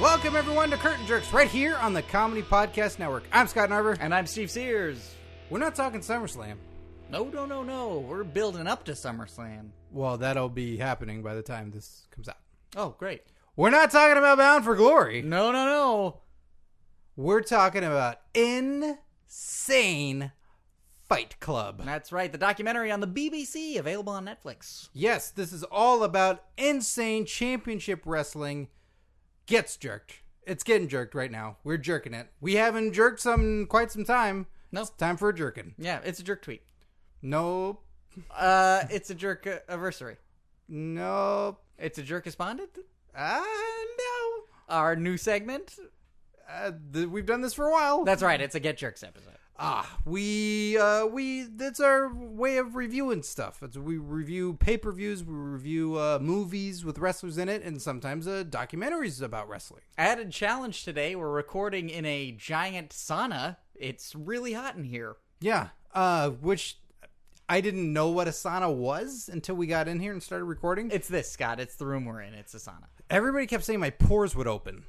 Welcome, everyone, to Curtain Jerks, right here on the Comedy Podcast Network. I'm Scott Narver. And I'm Steve Sears. We're not talking SummerSlam. No, no, no, no. We're building up to SummerSlam. Well, that'll be happening by the time this comes out. Oh, great. We're not talking about Bound for Glory. No, no, no. We're talking about Insane Fight Club. That's right. The documentary on the BBC available on Netflix. Yes, this is all about insane championship wrestling gets jerked. It's getting jerked right now. We're jerking it. We haven't jerked some in quite some time. No. It's time for a jerking. Yeah, it's a jerk tweet. Nope. Uh, it's a jerk anniversary. Nope. It's a jerk responded. Ah, no. Our new segment. Uh, th- we've done this for a while. That's right. It's a get jerks episode. ah, we uh, we that's our way of reviewing stuff. It's, we review pay per views. We review uh, movies with wrestlers in it, and sometimes uh, documentaries about wrestling. Added challenge today. We're recording in a giant sauna. It's really hot in here. Yeah, uh, which I didn't know what Asana was until we got in here and started recording. It's this, Scott. It's the room we're in. It's a sauna. Everybody kept saying my pores would open.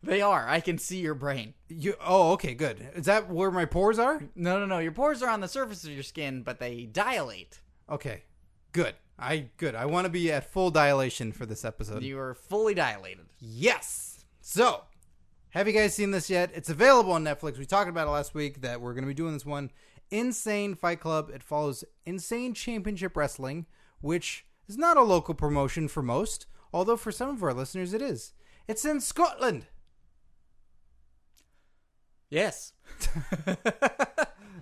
They are. I can see your brain. You oh okay good. Is that where my pores are? No, no, no. Your pores are on the surface of your skin, but they dilate. Okay, good. I good. I want to be at full dilation for this episode. You are fully dilated. Yes. So, have you guys seen this yet? It's available on Netflix. We talked about it last week that we're going to be doing this one. Insane Fight Club. It follows Insane Championship Wrestling, which is not a local promotion for most, although for some of our listeners it is. It's in Scotland. Yes.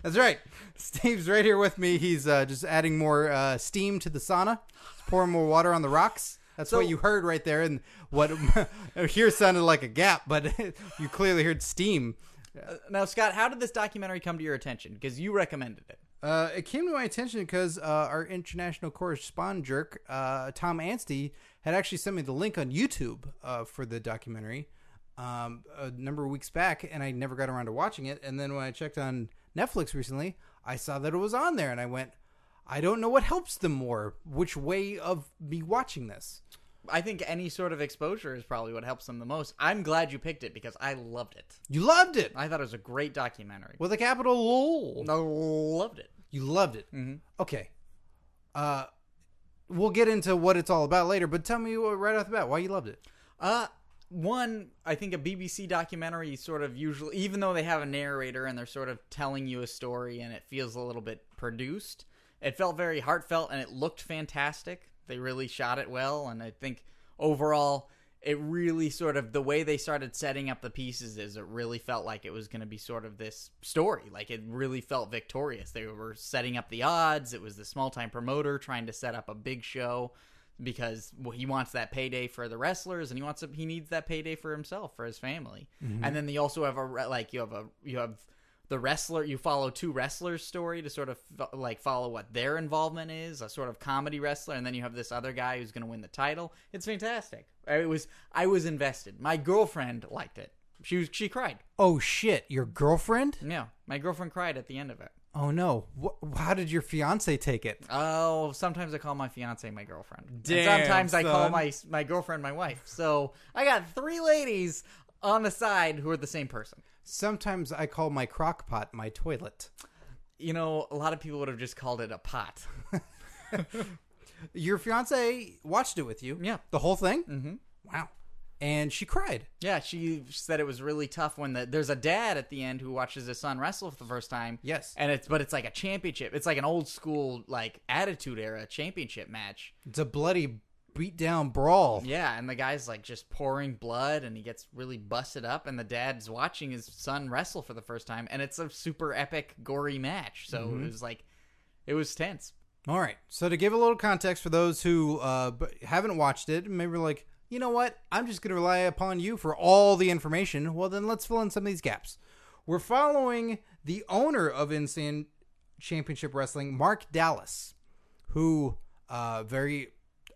That's right. Steve's right here with me. He's uh, just adding more uh, steam to the sauna, pouring more water on the rocks. That's So- what you heard right there, and what here sounded like a gap, but you clearly heard steam. Now, Scott, how did this documentary come to your attention? Because you recommended it. Uh, it came to my attention because uh, our international correspondent jerk, uh, Tom Anstey, had actually sent me the link on YouTube uh, for the documentary um, a number of weeks back, and I never got around to watching it. And then when I checked on Netflix recently, I saw that it was on there, and I went, I don't know what helps them more, which way of me watching this. I think any sort of exposure is probably what helps them the most. I'm glad you picked it because I loved it. You loved it I thought it was a great documentary. with a capital LOL. I loved it. You loved it. Okay. Uh, we'll get into what it's all about later, but tell me what- right off the bat why you loved it. Uh, one, I think a BBC documentary sort of usually, even though they have a narrator and they're sort of telling you a story and it feels a little bit produced, it felt very heartfelt and it looked fantastic. They really shot it well, and I think overall, it really sort of the way they started setting up the pieces is it really felt like it was going to be sort of this story. Like it really felt victorious. They were setting up the odds. It was the small time promoter trying to set up a big show because well, he wants that payday for the wrestlers and he wants he needs that payday for himself for his family. And then they also have a re- like you have a you have the wrestler you follow two wrestlers story to sort of fo- like follow what their involvement is a sort of comedy wrestler and then you have this other guy who's going to win the title it's fantastic i was i was invested my girlfriend liked it she was she cried Oh shit, your girlfriend? yeah my girlfriend cried at the end of it Oh no. Wh- how did your fiance take it? Oh, sometimes I call my fiance my girlfriend. And Damn, sometimes I call son. my my girlfriend my wife. So I got three ladies on the side who are the same person. Sometimes I call my crock pot my toilet. You know, a lot of people would have just called it a pot. Your fiance watched it with you? Yeah. The whole thing? Mm-hmm. Wow. And she cried. Yeah, she said it was really tough when the, there's a dad at the end who watches his son wrestle for the first time. Yes. and it's but it's like a championship. It's like an old school like attitude era championship match. It's a bloody beat down brawl. Yeah, and the guy's like just pouring blood and he gets really busted up and the dad's watching his son wrestle for the first time and it's a super epic gory match. So it was like it was tense. All right. So to give a little context for those who uh, b- haven't watched it, maybe we're like, you know what? I'm just going to rely upon you for all the information. Well, then let's fill in some of these gaps. We're following the owner of Insane Championship Wrestling, Mark Dallas, who uh, very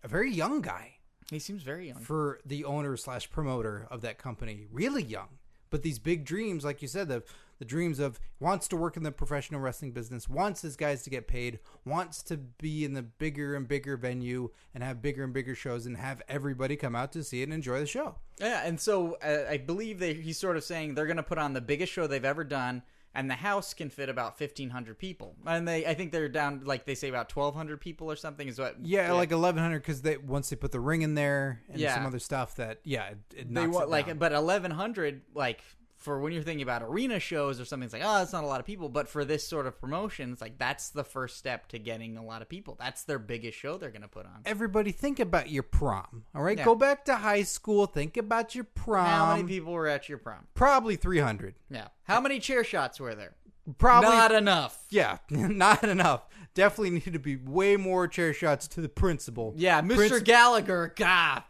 a very young guy He seems very young. for the owner slash promoter of that company. Really young, But these big dreams, like you said, the the dreams of wants to work in the professional wrestling business, wants his guys to get paid, wants to be in the bigger and bigger venue and have bigger and bigger shows and have everybody come out to see it and enjoy the show. Yeah, and so uh, I believe they, he's sort of saying they're going to put on the biggest show they've ever done, and the house can fit about fifteen hundred people, and they I think they're down like they say about twelve hundred people or something is what. Yeah, like eleven hundred because they once they put the ring in there and Yeah. some other stuff that yeah, it, it they knocks want it like down. but eleven hundred like for when you're thinking about arena shows or something, it's like oh, that's not a lot of people. But for this sort of promotion, it's like that's the first step to getting a lot of people. That's their biggest show they're going to put on. everybody think about your prom. All right, Yeah. go back to high school. Think about your prom. How many people were at your prom? Probably three hundred. Yeah. How many chair shots were there? Probably Not enough. yeah, not enough. Definitely need to be way more chair shots to the principal. Yeah, Mr. Principal- Gallagher, God.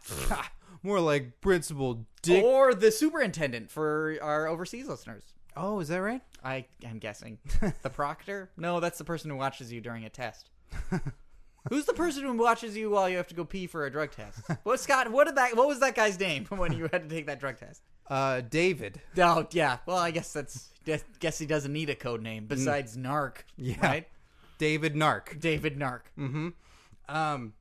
more like principal dick. Or the superintendent for our overseas listeners. Oh, is that right? I am guessing. The proctor? No, that's the person who watches you during a test. Who's the person who watches you while you have to go pee for a drug test? What Scott? What did that? What was that guy's name when you had to take that drug test? Uh, David. Oh yeah. Mm. Well, I guess that's. Guess he doesn't need a code name besides Narc. Yeah. Right? David Nark. David Narc. Um,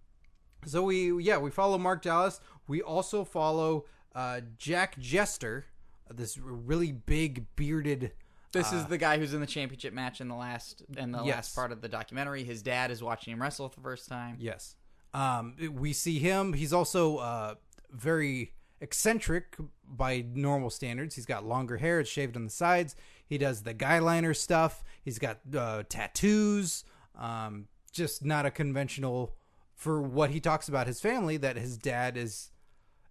so we yeah we follow Mark Dallas. We also follow uh, Jack Jester, this really big bearded. This is the guy who's in the championship match in the last in the Yes. last part of the documentary. His dad is watching him wrestle for the first time. Yes. Um, we see him. He's also uh, very eccentric by normal standards. He's got longer hair. It's shaved on the sides. He does the guy liner stuff. He's got uh, tattoos. Um, just not a conventional for what he talks about his family. That his dad is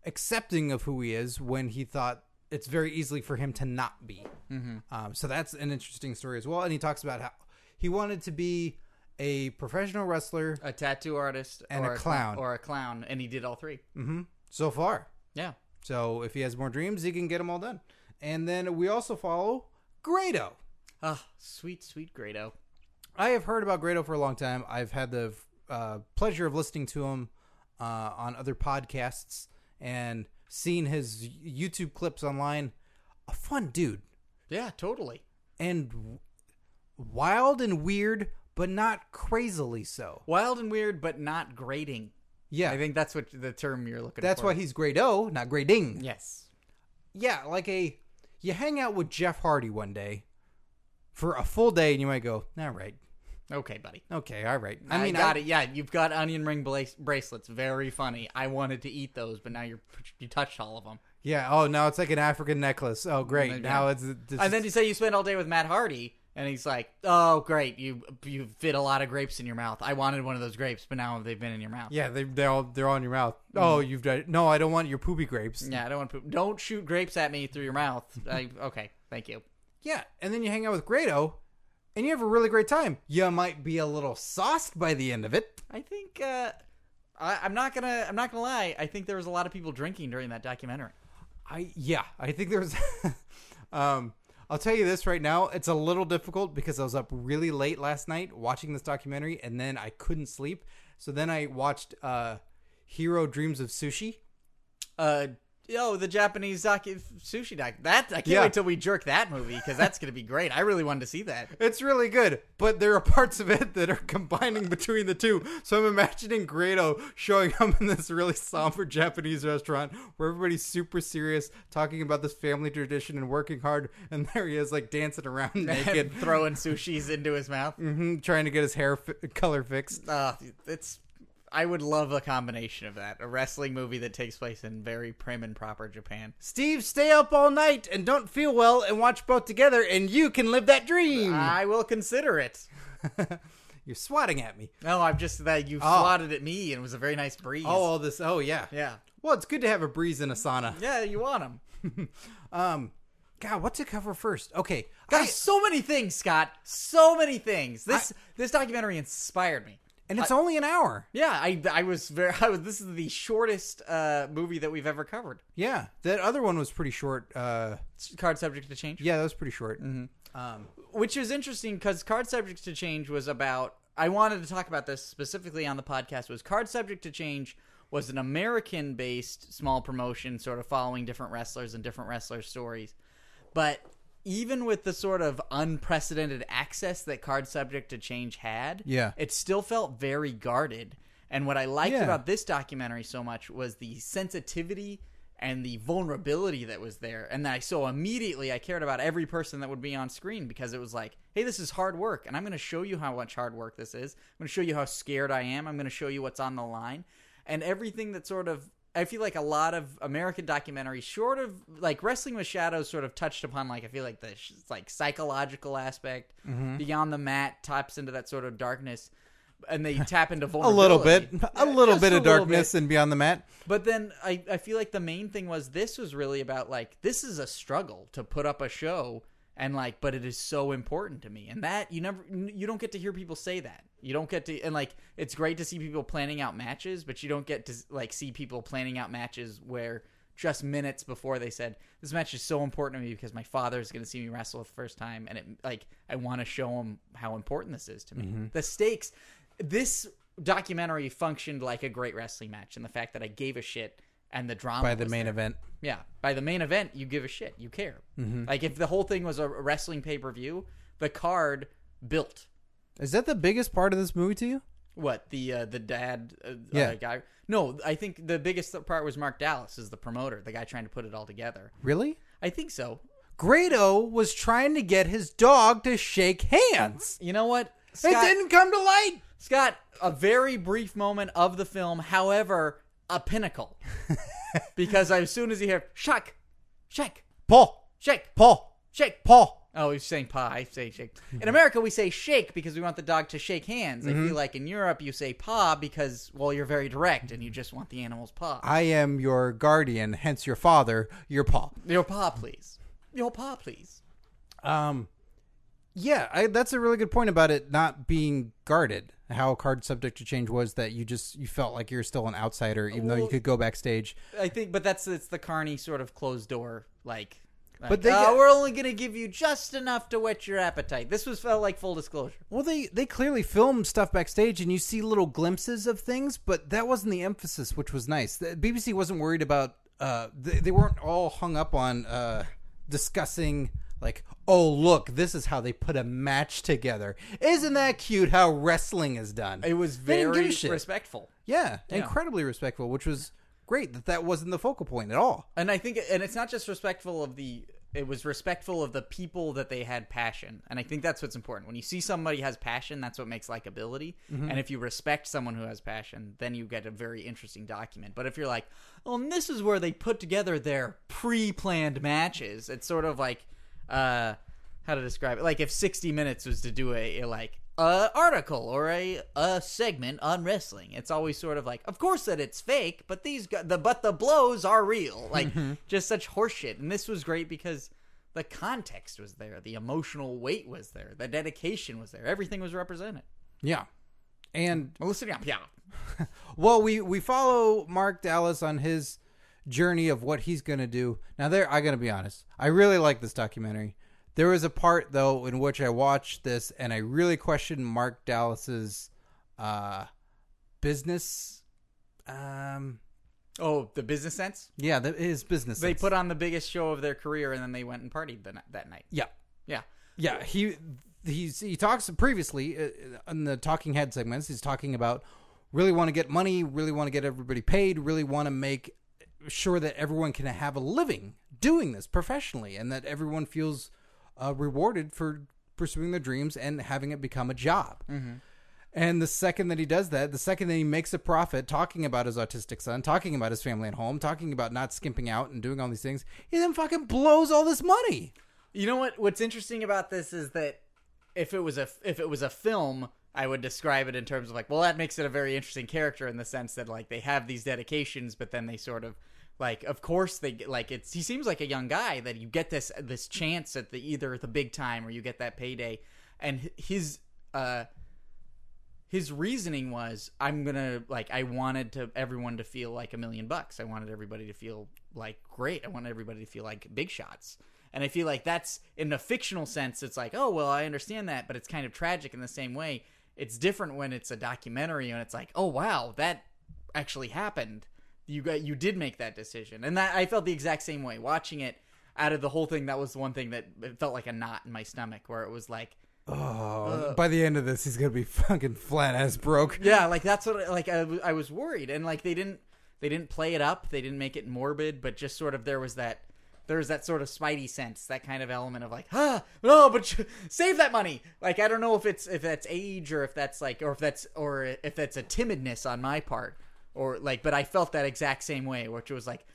accepting of who he is when he thought it's very easily for him to not be. Um, so that's an interesting story as well. And he talks about how he wanted to be a professional wrestler A tattoo artist And a cl- clown. or a clown, Mm. and he did all three. Mm-hmm. so far. Yeah, So if he has more dreams, he can get them all done. And then we also follow Grado. ah, sweet, sweet Grado. I have heard about Grado for a long time. I've had the uh, pleasure of listening to him uh, on other podcasts and seen his YouTube clips online. A fun dude Yeah, totally. and w- wild and weird, but not crazily so. Wild and weird, but not grating. Yeah, I think that's what the term you're looking that's for. why he's Grado, not Grading. Yes. yeah, like a you hang out with Jeff Hardy one day for a full day, and you might go, all right, Okay, buddy. okay, all right. I mean, got it. Yeah, you've got onion ring bla- bracelets. Very funny. I wanted to eat those, but now you're you touched all of them. Yeah. Oh, now it's like an African necklace. Oh, great. Yeah. Now it's, it's And then you say you spend all day with Matt Hardy, and he's like, "Oh, great, you you fit a lot of grapes in your mouth. I wanted one of those grapes, but now they've been in your mouth." yeah, they, they're all they're all in your mouth. Mm-hmm. Oh, you've done. No, I don't want your poopy grapes. Yeah, I don't want to. Poop. Don't shoot grapes at me through your mouth. I, okay, thank you. Yeah, and then you hang out with Grado, and you have a really great time. You might be a little sauced by the end of it. I think uh, I, I'm not gonna. I'm not gonna lie. I think there was a lot of people drinking during that documentary. I yeah, I think there was. um, I'll tell you this right now, it's a little difficult because I was up really late last night watching this documentary, and then I couldn't sleep. So then I watched uh, Hero Dreams of Sushi. Uh, yo, the Japanese docu- sushi doc. That I can't Yeah. wait till we jerk that movie because that's gonna be great. I really wanted to see that. It's really good, but there are parts of it that are combining between the two. So I'm imagining Grado showing up in this really somber Japanese restaurant where everybody's super serious, talking about this family tradition and working hard, and there he is, like dancing around naked, Throwing sushis into his mouth. mhm, trying to get his hair fi- color fixed. Uh, it's. I would love a combination of that. A wrestling movie that takes place in very prim and proper Japan. Steve, stay up all night and don't feel well and watch both together, and you can live that dream. I will consider it. You're swatting at me. No, I'm just that you swatted at me and it was a very nice breeze. Oh, all this. Oh, yeah. yeah. Well, it's good to have a breeze in a sauna. Yeah, you want them. Um, God, what to cover first? Okay, Gosh, I- so many things, Scott. So many things. This this documentary inspired me. and it's only an hour. Yeah, I I was very I was this is the shortest uh movie that we've ever covered. Yeah, that other one was pretty short. Uh, Card subject to change. yeah, that was pretty short. Um, which is interesting because card subject to change was about i wanted to talk about this specifically on the podcast was card subject to change was an american based small promotion sort of following different wrestlers and different wrestlers stories But even with the sort of unprecedented access that Card Subject to Change had, Yeah. it still felt very guarded. And what I liked Yeah. about this documentary so much was the sensitivity and the vulnerability that was there. And I so immediately I cared about every person that would be on screen because it was like, hey, this is hard work, and I'm going to show you how much hard work this is. I'm going to show you how scared I am. I'm going to show you what's on the line, and everything that sort of. I feel like a lot of American documentaries, short of like Wrestling with Shadows, sort of touched upon like I feel like the sh- like psychological aspect, Beyond the Mat taps into that sort of darkness, and they tap into a vulnerability little bit, a Yeah, little just bit a of little darkness and beyond the mat. but then I, I feel like the main thing was this was really about like this is a struggle to put up a show and like but it is so important to me and that you never you don't get to hear people say that you don't get to and like it's great to see people planning out matches but you don't get to like see people planning out matches where just minutes before they said this match is so important to me because my father is going to see me wrestle the first time and it like i want to show him how important this is to me Mm-hmm. the stakes this documentary functioned like a great wrestling match and the fact that i gave a shit and the drama by the was main there. event. yeah by the main event you give a shit you care Mm-hmm. like if the whole thing was a wrestling pay-per-view the card built Is that the biggest part of this movie to you? what the uh, the dad uh, Yeah. uh, guy no i think the biggest part was mark dallas is the promoter the guy trying to put it all together Really? i think so Grado was trying to get his dog to shake hands. you know what It Scott- didn't come to light. Scott, a very brief moment of the film, however, a pinnacle. because as soon as you hear shake, shake, Paul, shake, Paul, shake, Paul. Oh, he's saying pa. I say shake. Mm-hmm. In America, we say shake because we want the dog to shake hands. I feel like in Europe, you say paw because, well, you're very direct and you just want the animal's paw. I am your guardian, hence your father, your Paul. Your paw, please. Your paw, please. Um, yeah, I, that's a really good point about it not being guarded. How card subject to change was that you just you felt like you're still an outsider, even though you Well- could go backstage. I think, but that's it's the Carney sort of closed door, like. But they get- we're only gonna give you just enough to whet your appetite. This was felt like full disclosure. Well, they they clearly film stuff backstage, and you see little glimpses of things, but that wasn't the emphasis, which was nice. The BBC wasn't worried about. Uh, they, they weren't all hung up on uh, discussing like, oh look, this is how they put a match together. Isn't that cute? How wrestling is done. It was They didn't give very a shit. respectful. yeah, incredibly respectful, which was great. That that wasn't the focal point at all. And I think and it's not just respectful of the it was respectful of the people that they had passion. And I think that's what's important. When you see somebody has passion, that's what makes likability. Mm-hmm. And if you respect someone who has passion, then you get a very interesting document. But if you're like, "Oh, and this is where they put together their pre-planned matches." It's sort of like uh how to describe it. Like if 60 minutes was to do a, a like a article or a a segment on wrestling, it's always sort of like, of course that it's fake, but these gu- the but the blows are real. Like just such horseshit. And this was great because the context was there, the emotional weight was there, the dedication was there. Everything was represented. Yeah, and Melissa, yeah, yeah. Well, we we follow Mark Dallas on his journey of what he's going to do. Now, there, I got to be honest. I really like this documentary. There was a part though in which I watched this and I really questioned Mark Dallas's uh, business. Um, Oh, the business sense. yeah, that his business. They sense. put on the biggest show of their career, and then they went and partied the, ni- that night. yeah, Yeah. yeah. He he's he talks previously uh, in the Talking Head segments. He's talking about really want to get money, really want to get everybody paid, really want to make sure that everyone can have a living doing this professionally and that everyone feels uh, rewarded for pursuing their dreams and having it become a job. And the second that he does that, the second that he makes a profit talking about his autistic son, talking about his family at home, talking about not skimping out and doing all these things, he then fucking blows all this money. You know what? What's interesting about this is that if it was a if it was a film, I would describe it in terms of like, well, that makes it a very interesting character in the sense that like they have these dedications, but then they sort of like, of course they get- like it's. He seems like a young guy that you get this this chance at the either the big time or you get that payday, and h- his uh his reasoning was i'm gonna like i wanted to everyone to feel like a million bucks i wanted everybody to feel like great i wanted everybody to feel like big shots and i feel like that's in a fictional sense it's like oh well i understand that but it's kind of tragic in the same way it's different when it's a documentary and it's like oh wow that actually happened you got you did make that decision and that i felt the exact same way watching it out of the whole thing, that was the one thing that it felt like a knot in my stomach, where it was like, Oh, by the end of this, he's gonna be fucking flat ass broke. yeah, like that's what like I, w- I was worried, and like they didn't they didn't play it up, they didn't make it morbid, but just sort of there was that there was that sort of Spidey sense, that kind of element of like, ah, no, but you- save that money. Like I don't know if it's if that's age or if that's like or if that's or if that's a timidness on my part or like, but I felt that exact same way, which was like.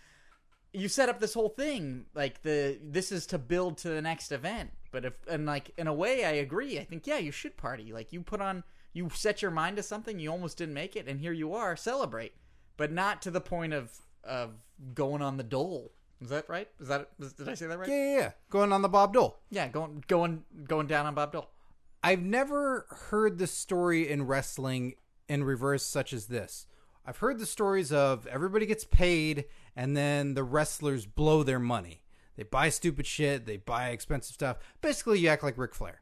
You set up this whole thing like the this is to build to the next event, but if and like in a way I agree. I think yeah, you should party. Like you put on you set your mind to something you almost didn't make it and here you are celebrate but not to the point of of going on the dole is that right is that is- did i say that right Yeah, yeah, yeah. Going on the Bob Dole. Yeah, going going going down on bob dole I've never heard the story in wrestling in reverse, such as this. I've heard the stories of everybody gets paid and then the wrestlers blow their money. They buy stupid shit, they buy expensive stuff. Basically, you act like Ric Flair.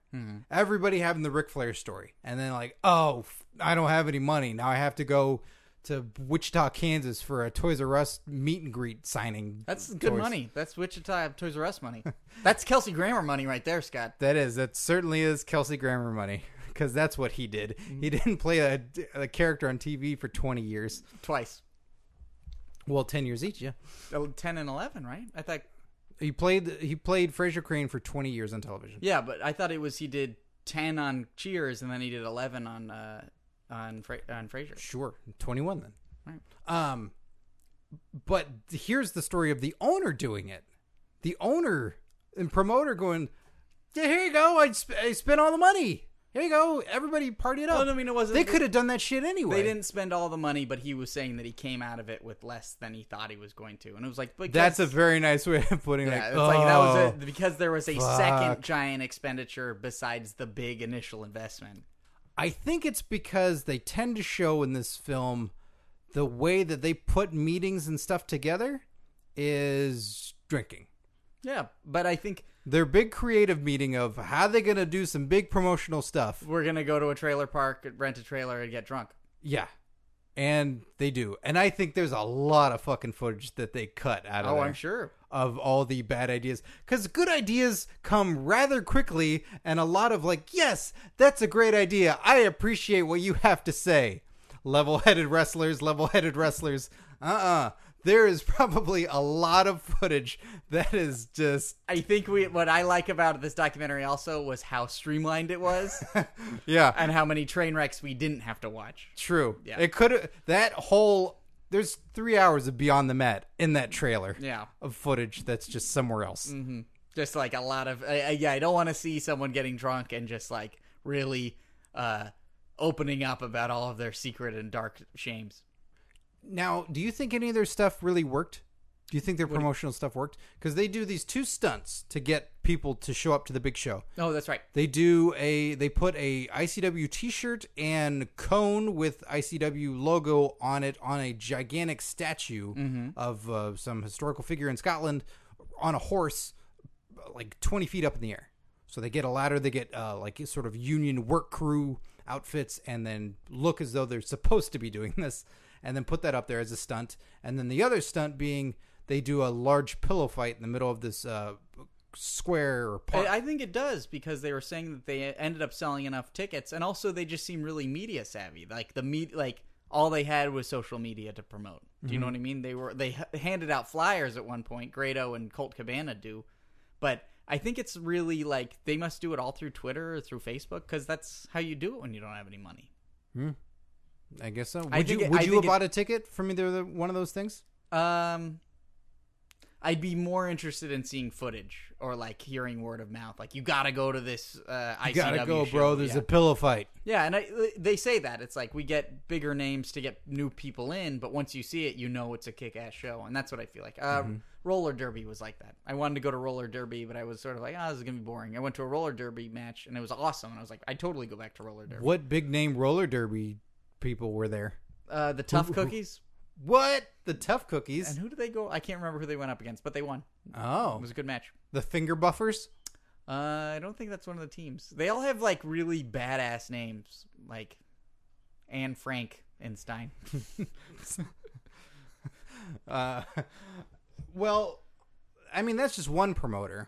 Everybody having the Ric Flair story. And then, like, oh, f- I don't have any money. Now I have to go to Wichita, Kansas for a Toys R Us meet and greet signing. that's good Toys. money that's wichita toys r us money that's kelsey grammer money right there scott That is. That certainly is Kelsey Grammer money because that's what he did. Mm-hmm. He didn't play a, a character on TV for 20 years. twice Well, 10 years each, yeah. Oh, 10 and 11 right i thought He played he played Fraser Crane for 20 years on television. yeah but i thought it was he did 10 on cheers and then he did 11 on uh on Fra- on frasier Sure, 21 then. Um but here's the story of the owner doing it. The owner and promoter going, "Yeah, here you go. I, sp- I spent all the money. Here you go. Everybody party it up." Well, I mean, it wasn't- They could have done that shit anyway. They didn't spend all the money, but he was saying that he came out of it with less than he thought he was going to, and it was like, but That's a very nice way of putting yeah, it. it's like that "Oh." was it because there was a fuck. second giant expenditure besides the big initial investment. I think it's because they tend to show in this film the way that they put meetings and stuff together is drinking. Yeah, but I think Their big creative meeting of how they going to do some big promotional stuff. we're gonna go to a trailer park, rent a trailer, and get drunk. Yeah. And they do. And I think there's a lot of fucking footage that they cut out of Oh, there I'm sure. of all the bad ideas cuz good ideas come rather quickly and a lot of like, "Yes, that's a great idea. I appreciate what you have to say." Level-headed wrestlers, level-headed wrestlers. Uh-uh. There is probably a lot of footage that is just I think we what I like about this documentary also was how streamlined it was, yeah. and how many train wrecks we didn't have to watch. True. Yeah. It could that whole there's three hours of Beyond the Mat in that trailer. Yeah. Of footage that's just somewhere else. just like a lot of I, I, yeah i don't want to see someone getting drunk and just like really uh opening up about all of their secret and dark shames Now, do you think any of their stuff really worked? Do you think their promotional stuff worked? Because they do these two stunts to get people to show up to the big show. oh that's right They do a they put a ICW T-shirt and cone with ICW logo on it on a gigantic statue of uh, some historical figure in Scotland on a horse, like twenty feet up in the air. So they get a ladder, they get uh, like sort of union work crew outfits, and then look as though they're supposed to be doing this, and then put that up there as a stunt. And then the other stunt being they do a large pillow fight in the middle of this uh, square or park. I, I think it does because they were saying that they ended up selling enough tickets and also they just seem really media savvy like the media like all they had was social media to promote do Mhm. you know what i mean they were they h- handed out flyers at one point grado and colt cabana do but i think it's really like they must do it all through twitter or through facebook because that's how you do it when you don't have any money I guess so. I Would you think it- would I you have think it- bought a ticket from either the, one of those things? Um, I'd be more interested in seeing footage or like hearing word of mouth. Like you gotta go to this. Uh, ICW Gotta go, show. bro. There's yeah. a pillow fight. yeah, and I, they say that it's like we get bigger names to get new people in, but once you see it, you know it's a kick-ass show, and that's what I feel like. Uh, Roller derby was like that. I wanted to go to roller derby, but I was sort of like, oh, this is gonna be boring. I went to a roller derby match, and it was awesome, and I was like, I totally go back to roller derby. What big name roller derby people were there? Uh, the tough cookies. What the tough And cookies? who did they go? I can't remember who they went up against, but they won. It Oh, was a good match. the finger buffers. Uh, I don't think that's one of the teams. They all have like really badass names, like Anne Frank and Stein. Uh, well, I mean, that's just one promoter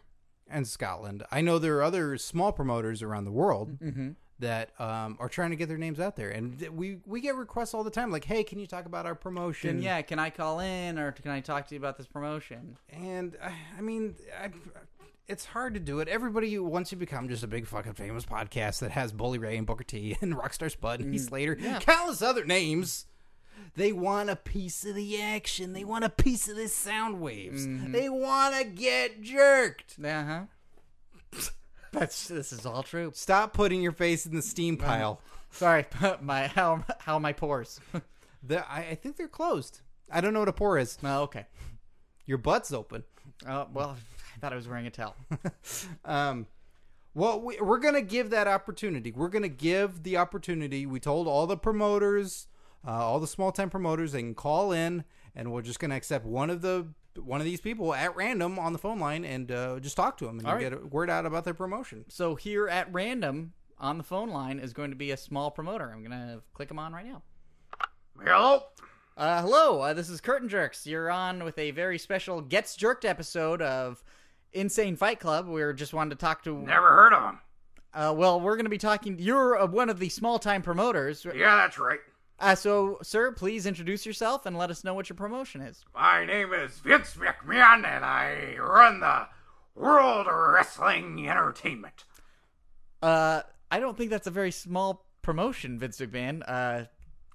in Scotland. I know there are other small promoters around the world Mm-hmm. that um, are trying to get their names out there, and th- we we get requests all the time, like, "Hey, can you talk about our promotion?" And yeah, can I call in or can I talk to you about this promotion? and I, I mean, I, it's hard to do it. Everybody, you once you become just a big fucking famous podcast that has Bully Ray and Booker T and Rockstar Spud and Heath Slater, countless other names. They want a piece of the action. They want a piece of the sound waves. They want to get jerked. Uh huh. That's this is all true. Stop putting your face in the steam pile. Sorry, but my how how my pores. The, I, I think they're closed. I don't know what a pour is. oh, okay. Your butt's open. Oh well, I thought I was wearing a towel. Um, well, we, we're going to give that opportunity. We're going to give the opportunity. We told all the promoters, uh, all the small time promoters, they can call in, and we're just going to accept one of the one of these people at random on the phone line and uh, just talk to them and All right. get a word out about their promotion. So here at random on the phone line is going to be a small promoter. I'm gonna click him on right now. Hello. Uh, hello, uh, this is Curtain Jerks. You're on with a very special Gets Jerked episode of Insane Fight Club. We are just wanted to talk to. Never heard of him. Uh, well, we're going to be talking. You're uh, one of the small time promoters. Yeah, that's right. Uh, so, sir, please introduce yourself and let us know what your promotion is. My name is Vince McMahon, and I run the World Wrestling Entertainment. Uh, I don't think that's a very small promotion, Vince McMahon. Uh,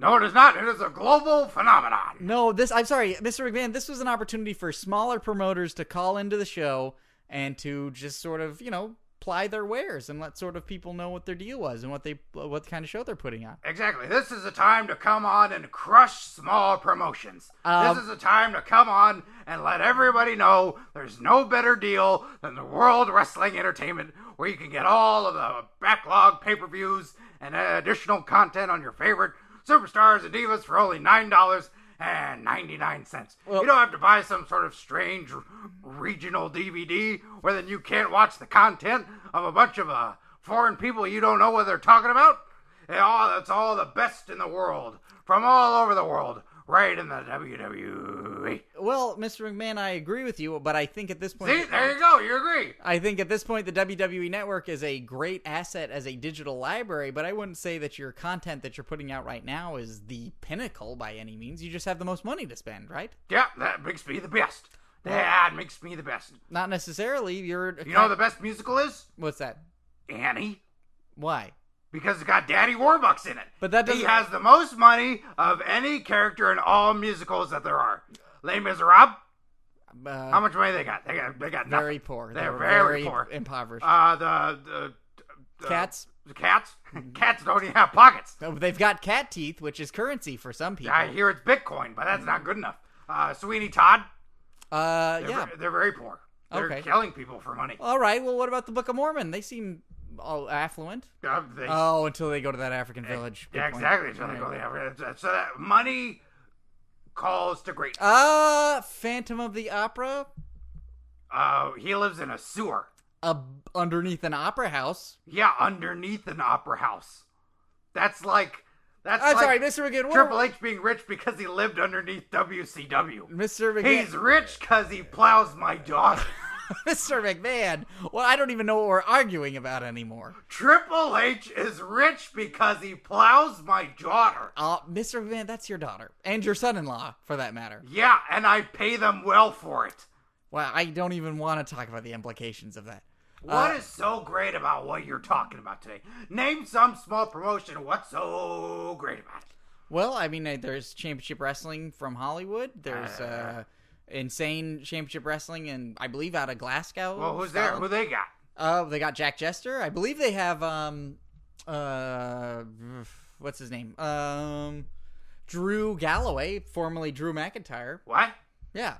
No, it is not. It is a global phenomenon. no, this. I'm sorry, Mr. McMahon. This was an opportunity for smaller promoters to call into the show and to just sort of, you know, ply their wares and let sort of people know what their deal was and what they what kind of show they're putting on. Exactly. This is a time to come on and crush small promotions. Um, this is a time to come on and let everybody know there's no better deal than the World Wrestling Entertainment, where you can get all of the backlog pay per views and additional content on your favorite superstars and divas for only $9.99. you don't have to buy some sort of strange r- regional DVD where then you can't watch the content of a bunch of uh, foreign people you don't know what they're talking about. Yeah, all that's all the best in the world from all over the world, right in the E. WWE. Well, Mr. McMahon, I agree with you, but I think at this point, See, there you go. You agree? I think at this point the WWE Network is a great asset as a digital library, but I wouldn't say that your content that you're putting out right now is the pinnacle by any means. You just have the most money to spend, right? Yeah, that makes me the best. That makes me the best. Not necessarily. You're You know what the best musical is what's that? Annie, Why? because it's got Daddy Warbucks in it. But that he doesn't- has the most money of any character in all musicals that there are. Les Miserables. Uh, How much money they got? They got they got nothing. very poor. They're were very poor. impoverished. Uh, the the, the Cats. The cats. cats don't even have pockets. Oh, they've got cat teeth, which is currency for some people. I hear it's Bitcoin, but that's not good enough. Uh, Sweeney Todd, Uh, they're, yeah. ver- they're very poor. They're Okay. killing people for money. All right. Well, what about the Book of Mormon? They seem all affluent. Uh, they- Oh, until they go to that African village. Good yeah, point. exactly. So, they go, yeah, so that money calls to great. Uh, Phantom of the Opera, Uh, he lives in a sewer. uh, underneath an opera house. Yeah, underneath an opera house. That's like that's I'm like sorry, Mr. McGinn. we're- Triple H being rich because he lived underneath WCW. Mr. McGinn. He's rich because he plows my daughter. Mr. McMahon. Well, I don't even know what we're arguing about anymore. Triple H is rich because he plows my daughter. Uh, Mr. McMahon, that's your daughter and your son-in-law, for that matter. Yeah, and I pay them well for it. Well, I don't even want to talk about the implications of that. What is so great about what you're talking about today? Name some small promotion. What's so great about it? Well, I mean, uh, there's championship wrestling from Hollywood. There's uh, insane championship wrestling, and I believe out of Glasgow. Well, who's there? Scotland. Who they got? Oh, they got Jack Jester. I believe they have um uh what's his name? Um Drew Galloway, formerly Drew McIntyre. What? Yeah.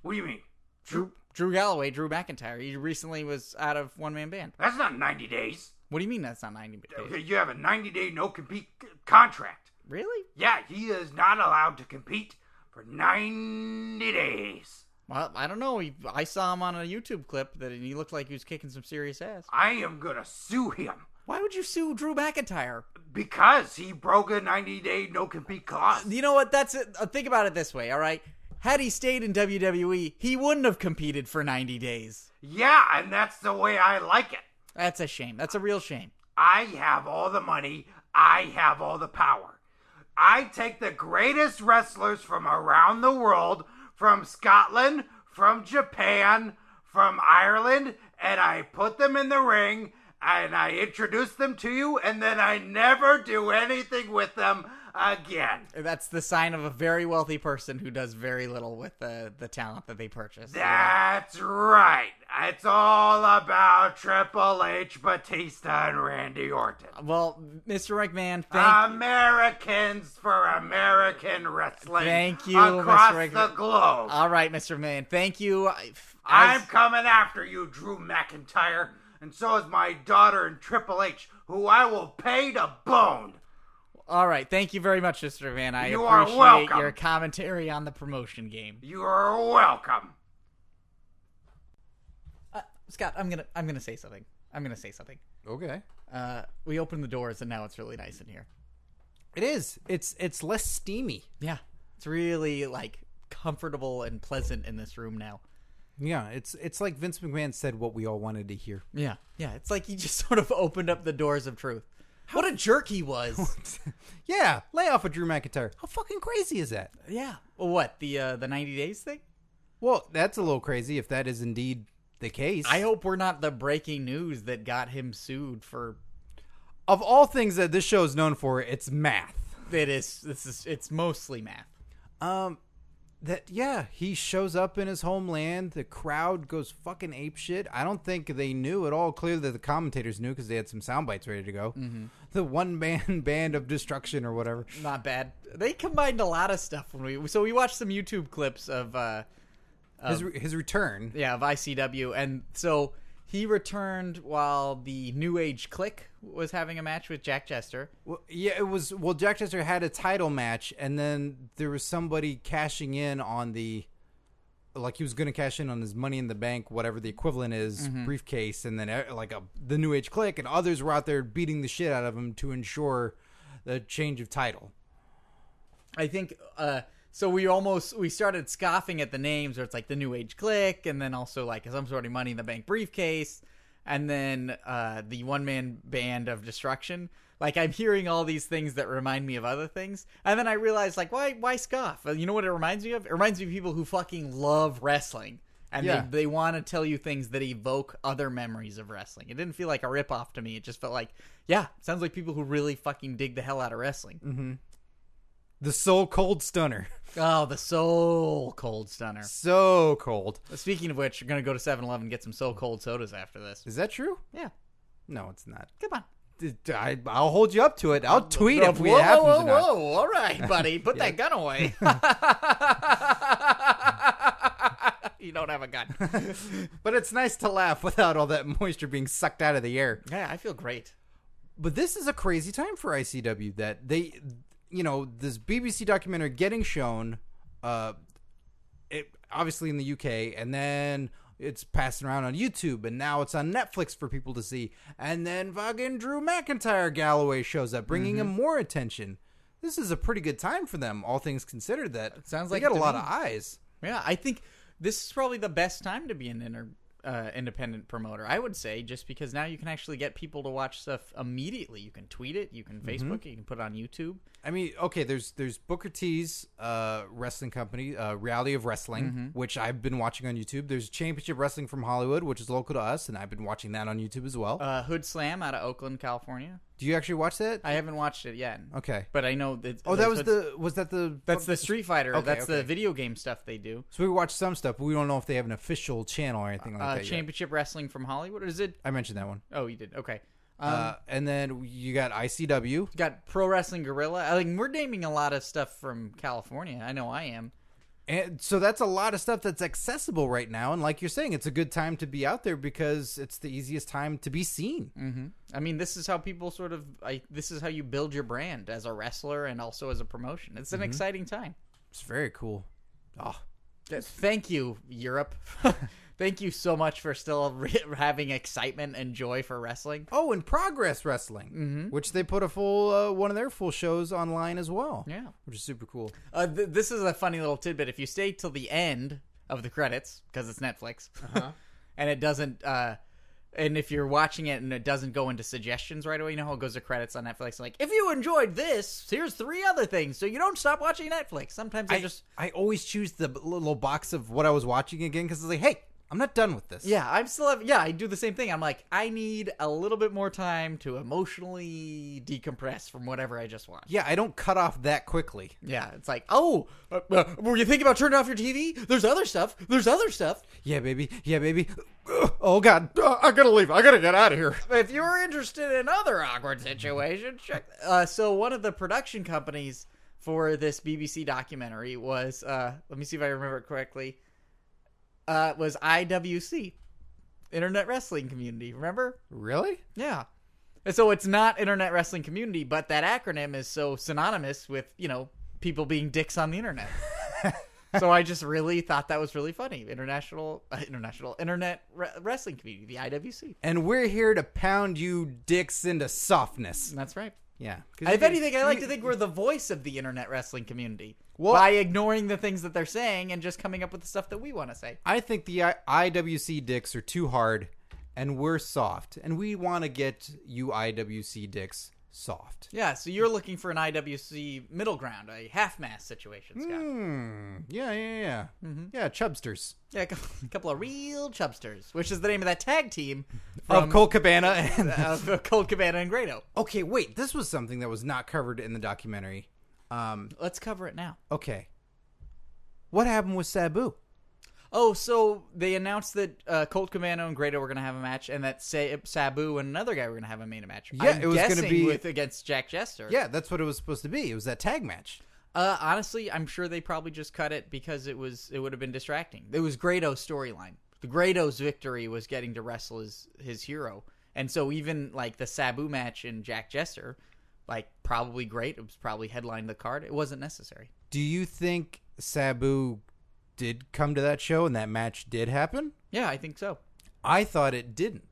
What do you mean? Drew Drew Galloway, Drew McIntyre. He recently was out of one man band. That's not 90 days. What do you mean that's not 90 days? You have a 90 day no compete c- contract. Really? Yeah, he is not allowed to compete for 90 days. Well, I don't know. He, I saw him on a YouTube clip that he looked like he was kicking some serious ass. I am going to sue him Why would you sue Drew McIntyre? because he broke a 90 day no compete clause. You know what? That's it. Uh, Think about it this way, all right? Had he stayed in WWE, he wouldn't have competed for 90 days. Yeah, and that's the way I like it. That's a shame. That's a real shame. I have all the money. I have all the power. I take the greatest wrestlers from around the world, from Scotland, from Japan, from Ireland, and I put them in the ring and I introduce them to you, and then I never do anything with them again. That's the sign of a very wealthy person who does very little with the, the talent that they purchase. That's right. It's all about Triple H, Batista, and Randy Orton. Well, Mr. McMahon, thank Ah. Americans for American wrestling. Thank you, Mr. across Rigger. the globe. All right, Mr. McMahon, thank you. I- f- I'm as- coming after you, Drew McIntyre, and so is my daughter and Triple H, who I will pay to bone. all right, thank you very much, Mr. McMahon. I You are appreciate welcome. your commentary on the promotion game. You are welcome. Uh, Scott, I'm gonna I'm gonna say something. I'm gonna say something. Okay. Uh, we opened the doors and now it's really nice in here. It is. It's it's less steamy. Yeah, it's really like comfortable and pleasant in this room now. Yeah, it's it's like Vince McMahon said what we all wanted to hear. Yeah, yeah. It's like he just sort of opened up the doors of truth. What a jerk he was. yeah, lay off of Drew McIntyre. How fucking crazy is that? yeah. Well, what the uh, the ninety days thing? Well, that's a little crazy if that is indeed the case. I hope we're not the breaking news that got him sued for. of all things that this show is known for, it's math. It is. This is. It's mostly math. Um that yeah, he shows up in his homeland, the crowd goes fucking apeshit. I don't think they knew at all clear that the commentators knew cuz they had some sound bites ready to go. The one man band of destruction or whatever. Not bad. They combined a lot of stuff when we. So we watched some YouTube clips of. uh His re- his return. Yeah, of ICW. And so he returned while the New Age Click was having a match with Jack Chester. Well, yeah, it was. Well, Jack Chester had a title match, and then there was somebody cashing in on the, like he was going to cash in on his Money in the Bank, whatever the equivalent is, briefcase, and then uh, like a, the New Age Click and others were out there beating the shit out of him to ensure the change of title. I think uh so we almost we started scoffing at the names where it's like the New Age Click and then also like some sort of money in the bank briefcase and then uh the one man band of destruction. Like I'm hearing all these things that remind me of other things. And then I realized like why why scoff? Uh, You know what it reminds me of? It reminds me of people who fucking love wrestling. And Yeah. they, they want to tell you things that evoke other memories of wrestling. It didn't feel like a ripoff to me. It just felt like, yeah, sounds like people who really fucking dig the hell out of wrestling. The so cold stunner, Oh, the soul cold stunner. so cold. Speaking of which, you're going to go to 7 Eleven and get some soul cold sodas after this. Is that true? Yeah, No, it's not. come on. D- d- I, will hold you up to it. I'll tweet if we whoa, happen to whoa, whoa, not. whoa. All right, buddy. Put that gun away. you don't have a gun. But it's nice to laugh without all that moisture being sucked out of the air. yeah, I feel great. but this is a crazy time for ICW that they, you know, this BBC documentary getting shown, uh, it obviously in the UK, and then it's passing around on YouTube, and now it's on Netflix for people to see, and then fucking Drew McIntyre Galloway shows up, bringing Mm-hmm. him more attention. This is a pretty good time for them, all things considered. That sounds they like got it a to lot me. of eyes. Yeah, I think this is probably the best time to be an inter, uh, independent promoter. I would say just because now you can actually get people to watch stuff immediately. You can tweet it, you can Facebook it, you can put it on YouTube. I mean, okay, there's there's Booker T's uh, wrestling company, uh, Reality of Wrestling, Mm-hmm. which I've been watching on YouTube. There's Championship Wrestling from Hollywood, which is local to us, and I've been watching that on YouTube as well. Uh, Hood Slam out of Oakland, California. Do you actually watch that? I haven't watched it yet. okay. But I know that. Oh, that was the was that the That's the Street Fighter. Okay, that's the okay. video game stuff they do. so we watch some stuff, but we don't know if they have an official channel or anything like Uh, that. yet. Championship Wrestling from Hollywood. Or is it? I mentioned that one, Oh, you did. Okay. Um, uh, and then you got ICW. got Pro Wrestling Gorilla. I mean, we're naming a lot of stuff from California. I know I am. And so that's a lot of stuff that's accessible right now, and like you're saying, it's a good time to be out there because it's the easiest time to be seen. I mean, this is how people sort of. I, this is how you build your brand as a wrestler and also as a promotion. It's an Mm-hmm. exciting time. It's very cool. Oh, Thank you, Europe. Thank you so much for still re- having excitement and joy for wrestling. Oh, and Progress Wrestling, Mm-hmm. which they put a full uh, one of their full shows online as well. Yeah. which is super cool. Uh, th- this is a funny little tidbit. If you stay till the end of the credits, because it's Netflix, and it doesn't, uh, and if you're watching it and it doesn't go into suggestions right away, you know how it goes to credits on Netflix. Like, if you enjoyed this, here's three other things, so you don't stop watching Netflix. Sometimes I, I just, I always choose the little box of what I was watching again because it's like, hey, I'm not done with this. yeah, I'm still, have, yeah, I do the same thing. I'm like, I need a little bit more time to emotionally decompress from whatever I just watched. yeah, I don't cut off that quickly. Yeah, it's like, oh, uh, uh, were you thinking about turning off your TV? There's other stuff. There's other stuff. Yeah, baby. Yeah, baby. Oh God, Uh, I gotta leave. I gotta get out of here. if you're interested in other awkward situations, check. Uh, so one of the production companies for this BBC documentary was, uh, let me see if I remember it correctly, uh, was IWC, Internet Wrestling Community. Remember? Really? Yeah. And so it's not Internet Wrestling Community, but that acronym is so synonymous with you know people being dicks on the internet. so I just really thought that was really funny. International, uh, international Internet Re- Wrestling Community, the IWC. And we're here to pound you dicks into softness. That's right. Yeah. 'Cause If you- anything, I like you- to think we're the voice of the internet wrestling community Well- by ignoring the things that they're saying and just coming up with the stuff that we want to say. I think the I- IWC dicks are too hard, and we're soft, and we want to get you IWC dicks soft. Yeah, so you're looking for an IWC middle ground, a half mass situation, Scott. Hmm. Yeah, yeah, yeah. Yeah, chubsters Yeah, a cou- a couple of real chubsters, which is the name of that tag team of from uh, Cole Cabana. And of Cold Cabana and Grado. okay, wait. This was something that was not covered in the documentary. Um. Let's cover it now. Okay. What happened with Sabu? Oh, so they announced that uh, Colt Cabana and Grado were going to have a match, and that Sa- Sabu and another guy were going to have a main match. Yeah, I'm it was gonna guessing be- with against Jack Jester. Yeah, that's what it was supposed to be. It was that tag match. Uh, honestly, I'm sure they probably just cut it because it was it would have been distracting. It was Grado's storyline. The Grado's victory was getting to wrestle his his hero, and so even like the Sabu match and Jack Jester, like probably great. It was probably headlined the card. It wasn't necessary. Do you think Sabu did come to that show and that match did happen? Yeah, I think so. I thought it didn't.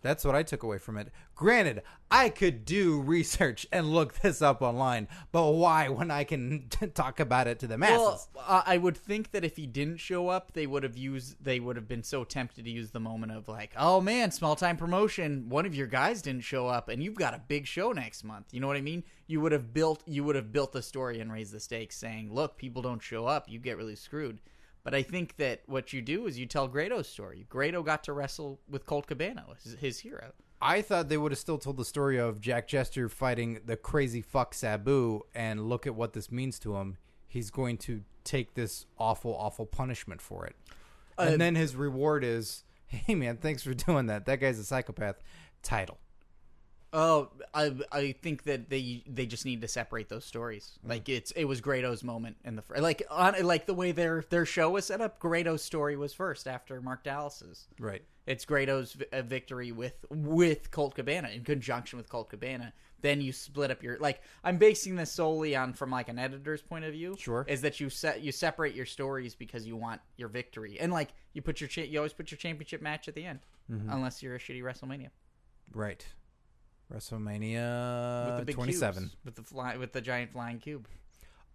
That's what I took away from it. Granted, I could do research and look this up online, but why when I can talk about it to the masses? Well, I I would think that if he didn't show up, they would have used. They would have been so tempted to use the moment of like, "Oh man, small time promotion. One of your guys didn't show up, and you've got a big show next month." You know what I mean? You would have built. You would have built the story and raised the stakes, saying, "Look, people don't show up. You get really screwed." But I think that what you do is you tell Grado's story. Grado got to wrestle with Colt Cabana, his, his hero. I thought they would have still told the story of Jack Jester fighting the crazy fuck Sabu and look at what this means to him. He's going to take this awful, awful punishment for it. and then his reward is, hey man, thanks for doing that. That guy's a psychopath. Title. Oh, I I think that they they just need to separate those stories. Like it's it was Grado's moment in the fir- like on like the way their their show was set up. Grado's story was first after Mark Dallas's. Right. It's Grado's vi- uh, victory with with Colt Cabana in conjunction with Colt Cabana. Then you split up your like. I'm basing this solely on from like an editor's point of view. Sure. is that you set you separate your stories because you want your victory and like you put your cha- you always put your championship match at the end unless you're a shitty WrestleMania. Right. WrestleMania 27. cubes, with the fly, with the giant flying cube.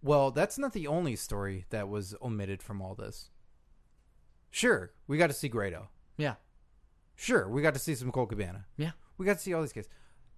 Well, that's not the only story that was omitted from all this. Sure, we got to see Grado. Yeah, Sure, we got to see some Cole Cabana. yeah. We got to see all these guys.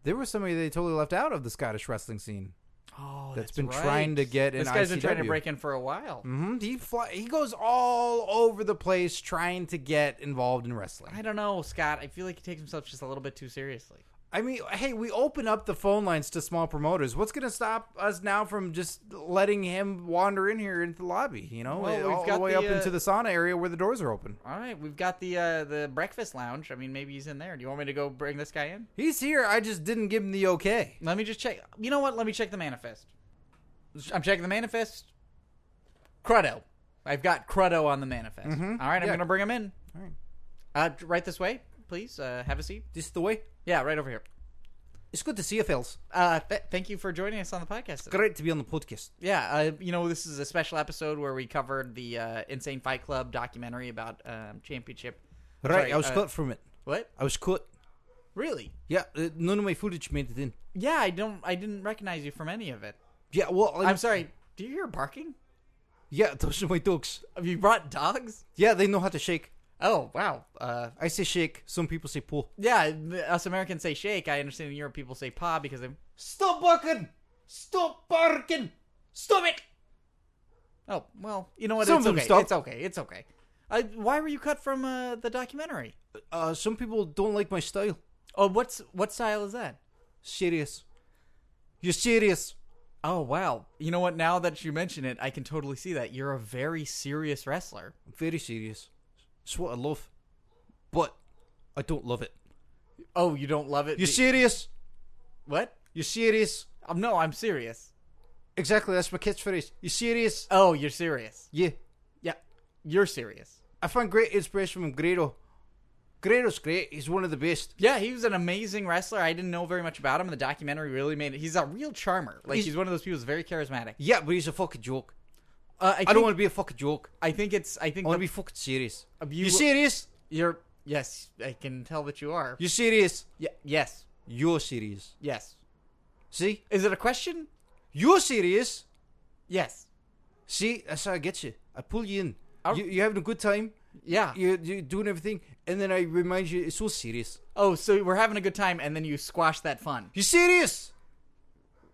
There was somebody they totally left out of the Scottish wrestling scene. Oh, That's been trying to get this in guy's been trying to ICW. break in for a while. hmm He fly, he goes all over the place trying to get involved in wrestling. I don't know, Scott. I feel like he takes himself just a little bit too seriously. I mean, hey, we open up the phone lines to small promoters. What's going to stop us now from just letting him wander in here into the lobby? You know, Well, we've all got the way the, up uh, into the sauna area where the doors are open. All right, we've got the uh, the breakfast lounge. I mean, maybe he's in there. Do you want me to go bring this guy in? He's here. I just didn't give him the okay. Let me just check. You know what? Let me check the manifest. I'm checking the manifest. Crudo. I've got Crudo on the manifest. All right, I'm Mm-hmm. Yeah. gonna bring him in. All right. Uh, right this way, please. Uh, have a seat. Just the way. Yeah, right over here. It's good to see you, Phils. Uh, th- thank you for joining us on the podcast. today. Great to be on the podcast. Yeah, uh, you know, this is a special episode where we covered the uh, Insane Fight Club documentary about um, championship. Right, Sorry, I was uh, cut from it. What? I was cut. Really? Yeah, uh, none of my footage made it in. Yeah, I don't. I didn't recognize you from any of it. Yeah, well, I- I'm sorry. Do you hear barking? Yeah, those are my dogs. Have you brought dogs? Yeah, they know how to shake. Oh wow. Uh, I say shake. Some people say pull. yeah, th- us Americans say shake. I understand in Europe people say paw because they. Stop barking! Stop barking! Stop it! Oh well, you know what? Some it's of them okay. stop. It's okay. It's okay. I, why were you cut from uh, the documentary? Uh, some people don't like my style. Oh, what's what style is that? Serious. You're serious. Oh wow! You know what? Now that you mention it, I can totally see that you're a very serious wrestler. I'm very serious. It's what I love. But I don't love it. Oh, you don't love it? You're be- serious. what? You're serious. Um, no, I'm serious. Exactly, that's my catchphrase. You're serious. Oh, you're serious. Yeah. Yeah, you're serious. I find great inspiration from Grado. Grado's great. He's one of the best. Yeah, he was an amazing wrestler. I didn't know very much about him, and the documentary really made it. He's a real charmer. Like he's, He's- one of those people who's very charismatic. Yeah, but he's a fucking joke. Uh, I, think, I don't want to be a fucking joke. I think it's. I think I want to the- be fucking serious. you- You, serious? you're. Yes, I can tell that you are. You serious? Ye- yes. You're serious. Yes. See? Is it a question? You're serious. Yes. See? That's how I get you. I pull you in. I'll- You, you're having a good time. Yeah. You're, you're doing everything. And then I remind you, it's so serious. Oh, so we're having a good time, and then you squash that fun. You serious?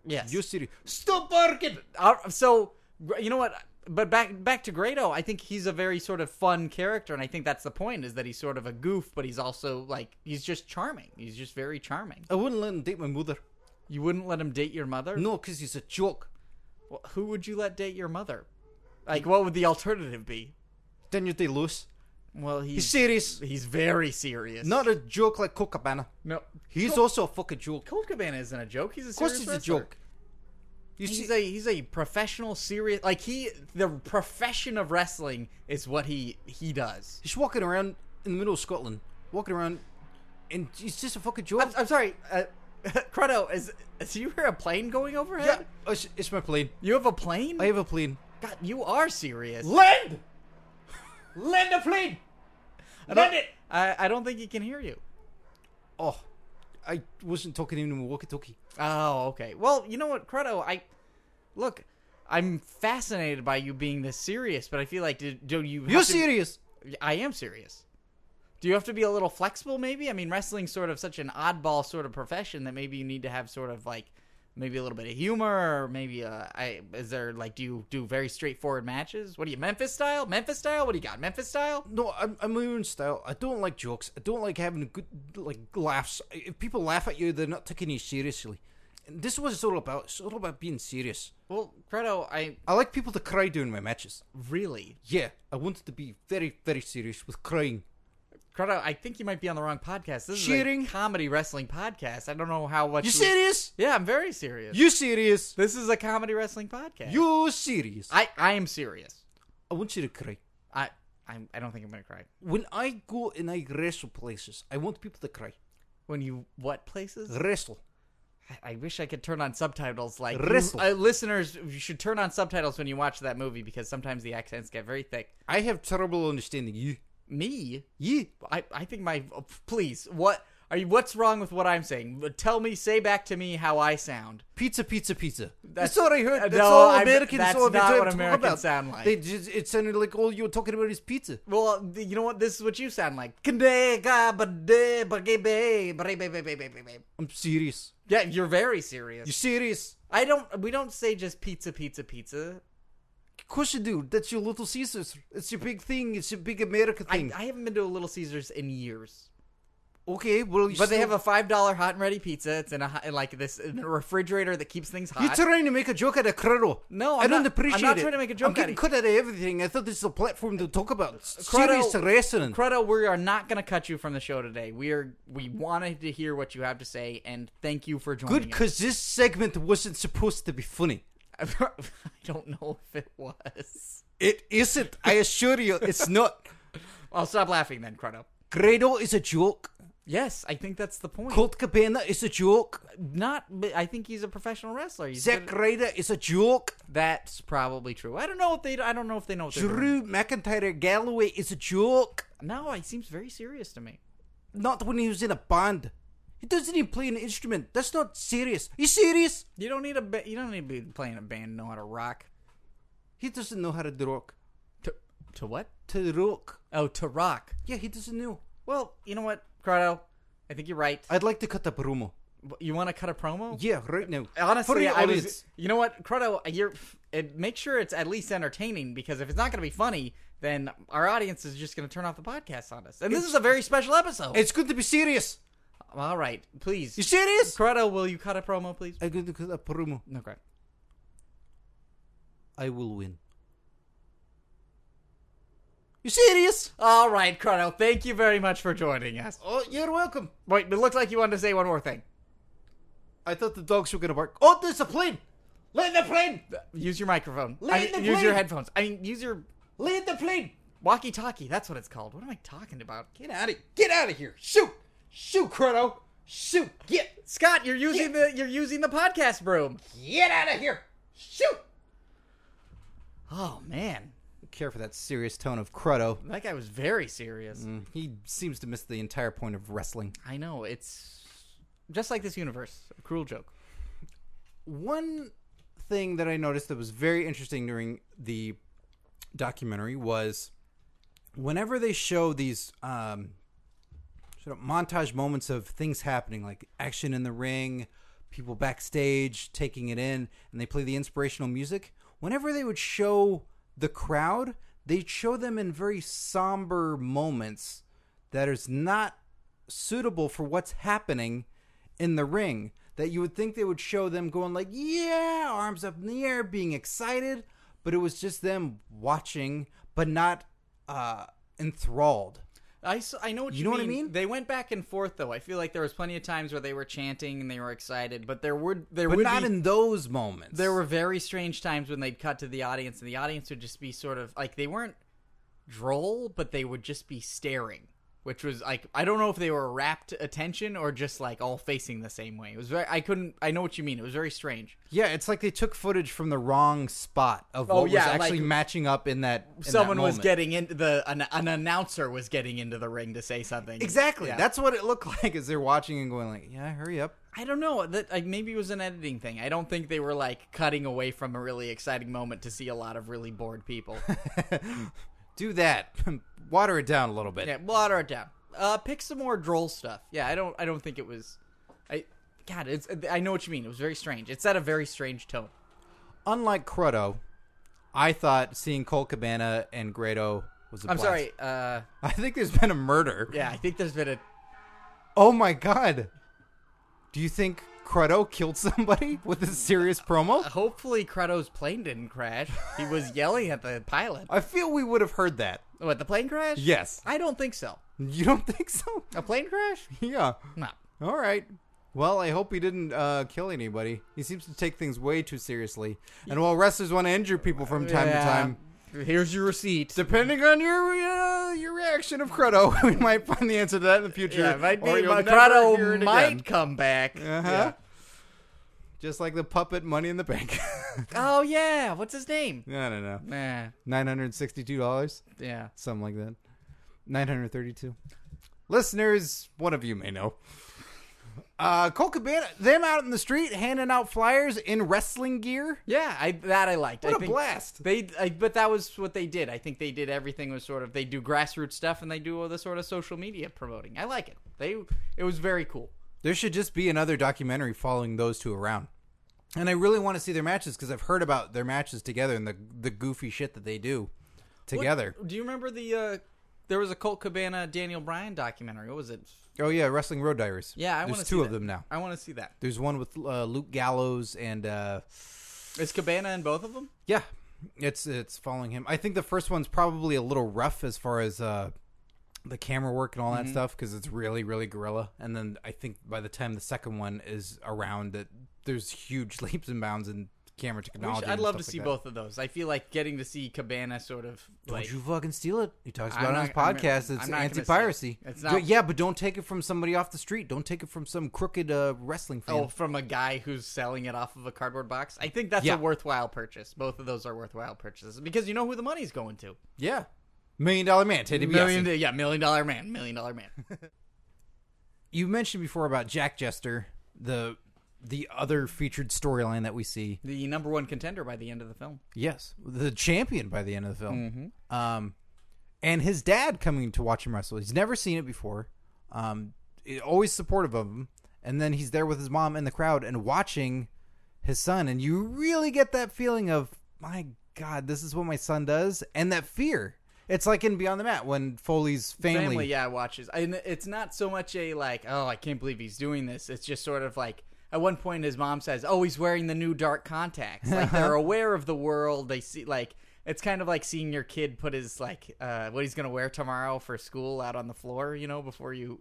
Yes. You're serious. Stop barking! Uh, so you know what? But back back to Grado, I think he's a very sort of fun character, and I think that's the point is that he's sort of a goof, but he's also like he's just charming. He's just very charming. I wouldn't let him date my mother. You wouldn't let him date your mother? No, because he's a joke. Well, who would you let date your mother? Like, what would the alternative be? Then you date Lewis. Well, He's he's serious. he's very serious. Not a joke like Cocabana. no. He's also a fucking joke. Colt Cabana isn't a joke. He's a Of course, serious he's a wrestler. joke. You He's see, a he's a professional serious like he the profession of wrestling is what he he does. he's walking around in the middle of Scotland, walking around, and he's just a fucking joke. I'm, I'm sorry, uh, Credo, is, is you hear a plane going yeah, overhead? it's, it's my plane. You have a plane? I have a plane. God, you are serious. Land! Land a plane! I Land don't, it! I, I don't think he can hear you. Oh, I wasn't talking even in walkie talkie. Oh, okay. Well, you know what, Credo, I look. I'm fascinated by you being this serious, but I feel like do, do you? have You're to- serious! I am serious. Do you have to be a little flexible, maybe? I mean, wrestling's sort of such an oddball sort of profession that maybe you need to have sort of like maybe a little bit of humor, or maybe uh, I is there like do you do very straightforward matches? What do you Memphis style? Memphis style? What do you got? Memphis style? No, I'm, I'm my own style. I don't like jokes. I don't like having good like laughs. If people laugh at you, they're not taking you seriously. And this is what it's all about. It's all about being serious. Well, Credo, I I like people to cry during my matches. really Yeah, I wanted to be very, very serious with crying. Credo, I think you might be on the wrong podcast. This Cheating? is a comedy wrestling podcast. I don't know how much You we- serious? Yeah, I'm very serious. You serious? this is a comedy wrestling podcast. You serious? I I am serious. I want you to cry. I I'm, I don't think I'm gonna cry. When I go and I wrestle places, I want people to cry. When you what places? Wrestle. I wish I could turn on subtitles. Like Wrestle. uh, listeners, you should turn on subtitles when you watch that movie because sometimes the accents get very thick. I have trouble understanding you. Me, Yeah. I, I think my oh, please. What are you? What's wrong with what I'm saying? Tell me, say back to me how I sound. Pizza, pizza, pizza. That's- That's, all I heard. uh, That's no, all I'm- Americans. that's all they not talk what Americans about. sound like. They just, it sounded like all you were talking about is pizza. Well, th- you know what? This is what you sound like. Yeah, I'm serious. you're very You serious. serious? I don't. We don't say just pizza, pizza, pizza. Of course you do. That's your little Caesars. It's your big thing. It's your big America I, thing. I haven't been to a Little Caesars in years. okay, well, you But they still- have a five dollar hot and ready pizza. It's in a hot- in like this in a refrigerator that keeps things You're hot. trying to make a joke out of Credo. No, I I'm don't not- appreciate I'm not it. trying to make a joke I'm getting out cut out of everything. I thought this is a platform to talk about Credo- serious wrestling. Credo, we are not going to cut you from the show today. We are we wanted to hear what you have to say, and thank you for Good, joining. us. because this segment wasn't supposed to be funny. I don't know if it was. It isn't. I assure you, it's not. I'll stop laughing then, Credo. Credo is a joke. Yes, I think that's the point. Colt Cabana is a joke. Not, but I think he's a professional wrestler. He's Zack good- Ryder is a joke. that's probably true. I don't know if they. I don't know if they know. What they're doing. Drew McIntyre Galloway is a joke. No, he seems very serious to me. Not when he was in a band. He doesn't even play an instrument. That's not serious. He's serious. You don't need a. Ba- you don't need to be playing a band to know how to rock. He doesn't know how to rock. To to what? To rock. Oh, to rock. Yeah, he doesn't know. Well, you know what, Cardo? I think you're right. I'd like to cut a promo. You want to cut a promo? Yeah, right now. For Honestly, the I was. audience. You know what, Cardo? You're. It, make sure it's at least entertaining because if it's not going to be funny, then our audience is just going to turn off the podcast on us. And this is a very special episode. It's good to be serious. All right, please. You serious? Corrado, will you cut a promo, please? I'm going to cut a promo. Okay. I will win. You serious? All right, Corrado, thank you very much for joining us. Oh, you're welcome. Wait, it looks like you wanted to say one more thing. I thought the dogs were going to bark. Oh, there's a plane. Land the plane. Use your microphone. Leave I mean, the use your plane. headphones. I mean, use your Land the plane. walkie-talkie. That's what it's called. What am I talking about? Get out of get out of here. Shoot. Shoot, Chrono. Shoot. Get Scott, you're using the you're using the podcast broom. get out of here. Shoot. Oh man, Care for that serious tone of Cruddo. that guy was very serious. He seems to miss the entire point of wrestling. I know it's just like this universe. A cruel joke. One thing that I noticed that was very interesting during the documentary was whenever they show these um, sort of montage moments of things happening, like action in the ring, people backstage taking it in, and they play the inspirational music. Whenever they would show the crowd, they'd show them in very somber moments that is not suitable for what's happening in the ring. That you would think they would show them going like, yeah, arms up in the air, being excited, but it was just them watching, but not uh, enthralled. I, s- I know what you, You know what I mean? They went back and forth though. I feel like there was plenty of times where they were chanting and they were excited, but there would there but would not be, in those moments. there were very strange times when they'd cut to the audience and the audience would just be sort of like they weren't droll but they would just be staring which was like i don't know if they were rapt attention or just like all facing the same way it was very i couldn't i know what you mean it was very strange yeah, it's like they took footage from the wrong spot of what Oh, was yeah, actually like- matching up in that. in that someone was moment. getting into the an, an announcer was getting into the ring to say something exactly. Yeah. That's what it looked like as they're watching and going like, "Yeah, hurry up." i don't know that like, maybe it was an editing thing i don't think they were like cutting away from a really exciting moment to see a lot of really bored people Do that. Water it down a little bit. Yeah, water it down. Uh, pick some more droll stuff. Yeah, I don't. I don't think it was. I God, it's. I know what you mean. It was very strange. It set a very strange tone. Unlike Cruddo, I thought seeing Cole Cabana and Grado was a I'm blast. sorry. Uh, I think there's been a murder. yeah, I think there's been a. Oh my god. Do you think Cruddo killed somebody with a serious promo? Hopefully, Credo's plane didn't crash. He was yelling at the pilot. I feel we would have heard that. What the plane crash? Yes. I don't think so. You don't think so? A plane crash? Yeah. No. All right. Well, I hope he didn't uh, kill anybody. He seems to take things way too seriously. And while wrestlers want to injure people from time to time, Yeah. Here's your receipt. depending on your uh, your reaction of Credo, we might find the answer to that in the future. Yeah, it might be. or you'll never hear Credo it might again. come back. Uh-huh. Yeah. Just like the puppet Money in the Bank. Oh yeah. What's his name? I don't know. Nah. Nine hundred sixty-two dollars, Yeah. something like that. Nine hundred thirty-two. Listeners, one of you may know. Uh, Cole Cabana, them out in the street handing out flyers in wrestling gear. Yeah, I, that I liked. What I a blast. They, I, but that was what they did. I think they did everything was sort of they do grassroots stuff and they do all the sort of social media promoting. I like it. They, it was very cool. There should just be another documentary following those two around. And I really want to see their matches because I've heard about their matches together and the the goofy shit that they do together. Do you remember the? uh There was a Colt Cabana Daniel Bryan documentary. What was it? Oh yeah, Wrestling Road Diaries. Yeah, I want there's to two see of that. them now. I want to see that. There's one with uh, Luke Gallows and uh, Is Cabana in both of them? yeah, it's it's following him. I think the first one's probably a little rough as far as uh, the camera work and all Mm-hmm. that stuff because it's really really gorilla. And then I think by the time the second one is around, that there's huge leaps and bounds in camera We technology. should- I'd and love to stuff see like that. both of those. I feel like getting to see Cabana sort of Don't like you fucking steal it? He talks I'm about it on not- his I'm- podcast. I'm it's not gonna anti piracy. steal it. It's not- Yeah, but don't take it from somebody off the street. Don't take it from some crooked uh, wrestling fan. oh from a guy who's selling it off of a cardboard box. I think that's Yeah. a worthwhile purchase. Both of those are worthwhile purchases because you know who the money's going to. Yeah, million dollar man, Ted Million, DiBiase. yeah, million dollar man, million dollar man. You mentioned before about Jack Jester, the the other featured storyline that we see. the number one contender by the end of the film. Yes, the champion by the end of the film. Um, and his dad coming to watch him wrestle. He's never seen it before. Um, i- always supportive of him. And then he's there with his mom in the crowd and watching his son. And you really get that feeling of my God, this is what my son does, and that fear. It's like in Beyond the Mat when Foley's family. Family, yeah, watches. And it's not so much a like, oh, I can't believe he's doing this. It's just sort of like at one point his mom says, "Oh, he's wearing the new dark contacts." Like they're aware of the world. They see like it's kind of like seeing your kid put his like uh, what he's gonna wear tomorrow for school out on the floor, you know, before you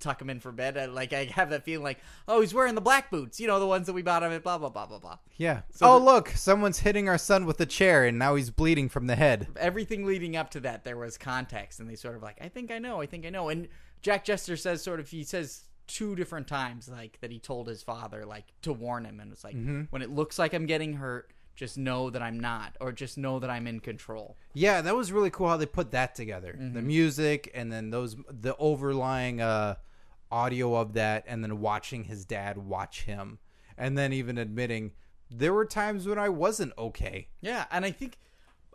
tuck him in for bed. I, like I have that feeling like, oh, he's wearing the black boots, you know, the ones that we bought him at blah blah blah blah blah. Yeah. So oh, the- look, someone's hitting our son with a chair, and now he's bleeding from the head. everything leading up to that there was context and they sort of like i think i know i think i know and jack jester says sort of he says two different times like that he told his father like to warn him and it's like when it looks like i'm getting hurt just know that i'm not or just know that i'm in control Yeah, that was really cool how they put that together. The music and then those the overlying uh audio of that and then watching his dad watch him and then even admitting there were times when I wasn't okay. yeah and i think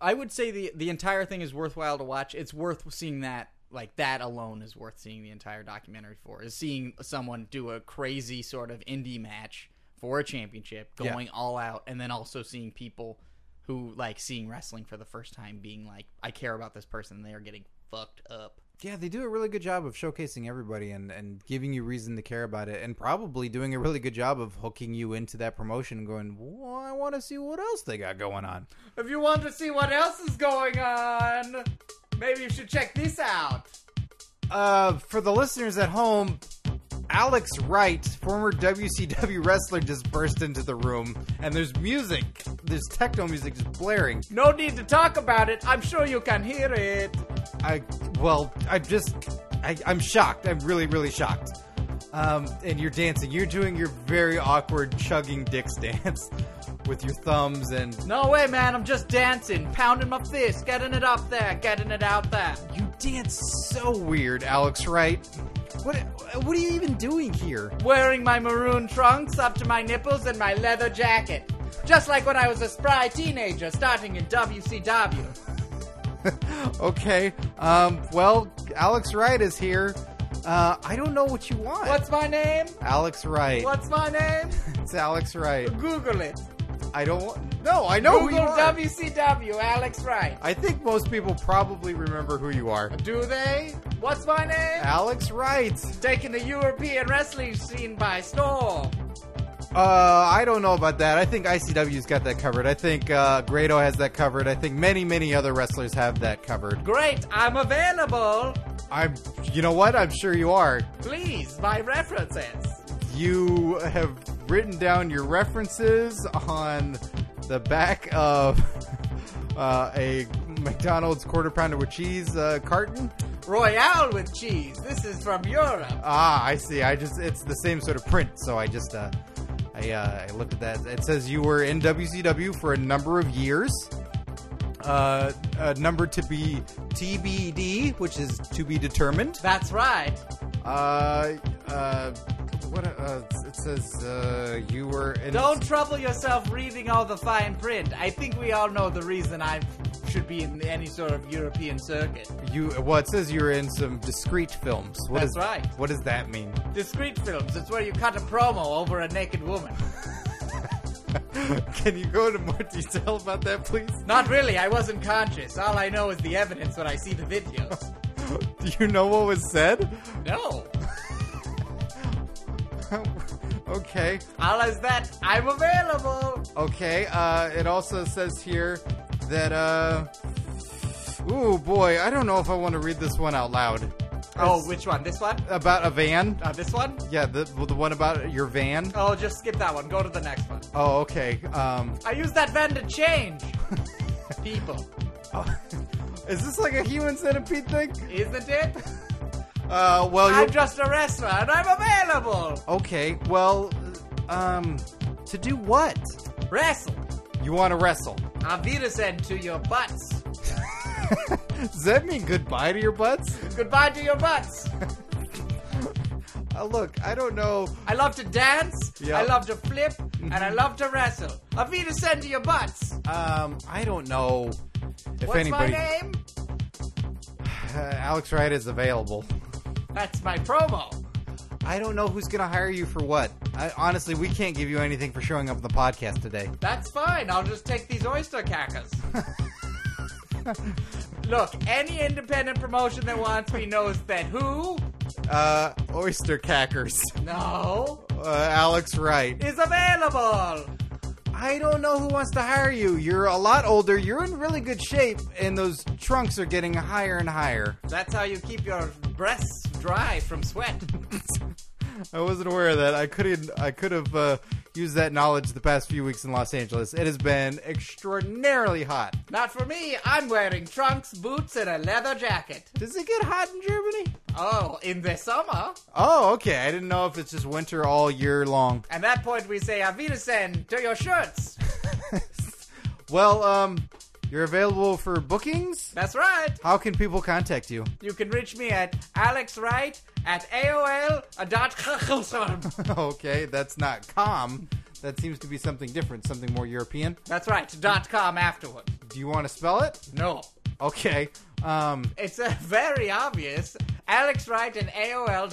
i would say the the entire thing is worthwhile to watch it's worth seeing that like that alone is worth seeing the entire documentary for is seeing someone do a crazy sort of indie match for a championship Yeah. going all out and then also seeing people who like seeing wrestling for the first time being like i care about this person and they are getting fucked up Yeah, they do a really good job of showcasing everybody and and giving you reason to care about it and probably doing a really good job of hooking you into that promotion and going, "Well, I want to see what else they got going on." if you want to see what else is going on maybe you should check this out Uh, for the listeners at home, Alex Wright, former WCW wrestler, just burst into the room, and there's music, there's techno music just blaring. no need to talk about it i'm sure you can hear it I, well, I'm just, I, I'm shocked. I'm really, really shocked. Um, and you're dancing. You're doing your very awkward chugging dicks dance with your thumbs and No way, man, I'm just dancing, pounding my fist, getting it up there, getting it out there. you dance so weird, Alex Wright. What, what are you even doing here? Wearing my maroon trunks up to my nipples and my leather jacket. Just like when I was a spry teenager starting in WCW. okay. Um, well, Alex Wright is here. Uh, I don't know what you want. What's my name? Alex Wright? What's my name? It's Alex Wright. Google it. I don't. want- No, I know who you Google are. WCW Alex Wright. I think most people probably remember who you are. Do they? What's my name? Alex Wright. Taking the European wrestling scene by storm. Uh, I don't know about that. I think ICW's got that covered. I think uh, Grado has that covered. I think many, many other wrestlers have that covered. Great, I'm available. I'm. You know what? I'm sure you are. Please, my references. you have written down your references on the back of uh, a McDonald's quarter pounder with cheese uh, carton. Royale with cheese. This is from Europe. Ah, I see. I just it's the same sort of print, so I just uh, I uh, I looked at that. It says you were in WCW for a number of years. Uh, a number to be TBD, which is to be determined. That's right. Uh, uh, what uh, it says uh, you were in. Don't trouble yourself reading all the fine print. I think we all know the reason I should be in any sort of European circuit. You well, it says you're in some discrete films. What That's is- right. What does that mean? Discreet films, it's where you cut a promo over a naked woman. Can you go into more detail about that, please? Not really, I wasn't conscious. All I know is the evidence when I see the videos. Do you know what was said? No. okay, All is that I'm available. okay. Uh, it also says here that uh, ooh boy, I don't know if I want to read this one out loud. Oh, which one? This one? About a van? Uh, this one? Yeah, the the one about your van. Oh, just skip that one. Go to the next one. Oh, okay. Um, I use that van to change people, oh, is this like a human centipede thing? isn't it? Uh, well, you I'm just a wrestler and I'm available. okay. Well, um, to do what? Wrestle. You want to wrestle? Auf Wiedersehen to your butts. Does that mean goodbye to your butts? Goodbye to your butts. Uh, look, I don't know. I love to dance. Yeah. Mm-hmm. I love to flip, and I love to wrestle. Auf Wiedersehen to your butts. Um, I don't know if What's anybody. my name? Uh, Alex Wright is available. That's my promo. I don't know who's gonna hire you for what. I, honestly, we can't give you anything for showing up on the podcast today. That's fine. I'll just take these oyster cackers. Look, any independent promotion that wants me knows that who? Uh, oyster cackers. No. Uh, Alex Wright. Is available. I don't know who wants to hire you. You're a lot older. You're in really good shape, and those trunks are getting higher and higher. That's how you keep your breasts dry from sweat. I wasn't aware of that. I couldn't. I could have uh, used that knowledge the past few weeks in Los Angeles. It has been extraordinarily hot. Not for me. I'm wearing trunks, boots, and a leather jacket. Does it get hot in Germany? Oh, in the summer. Oh, okay. I didn't know if it's just winter all year long. At that point, we say Avidesen to your shirts. well, um, you're available for bookings. That's right. How can people contact you? You can reach me at alexwright at aol.com. okay, that's not com. That seems to be something different, something more European. That's right. Dot com afterward. Do you want to spell it? No. Okay. Um, It's uh, very obvious. Alex Wright and AOL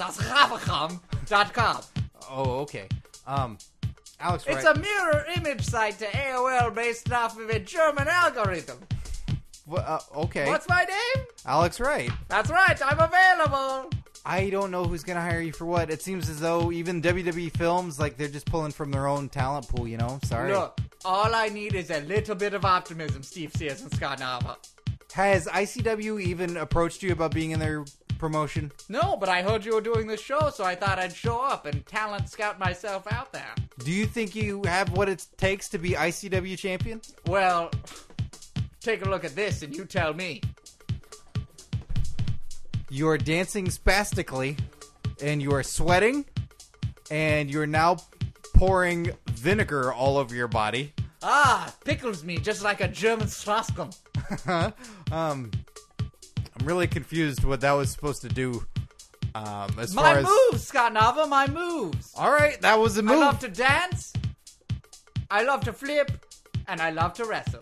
dot com. oh, okay. Um, Alex It's Wright. a mirror image site to AOL based off of a German algorithm. Wha- uh, okay. What's my name? Alex Wright. That's right, I'm available. I don't know who's going to hire you for what. It seems as though even WWE films, like, they're just pulling from their own talent pool, you know? Sorry. Look, all I need is a little bit of optimism, Steve Sears and Scott Nava. Has ICW even approached you about being in their promotion? No, but I heard you were doing this show, so I thought I'd show up and talent scout myself out there. Do you think you have what it takes to be ICW champion? Well, take a look at this and you tell me. You're dancing spastically, and you are sweating, and you're now pouring vinegar all over your body. Ah, pickles me just like a German Schlosskum. um, I'm really confused what that was supposed to do. Um, as far My as moves, Scott Nava, my moves. all right, that was a I move. love to dance, I love to flip, and I love to wrestle.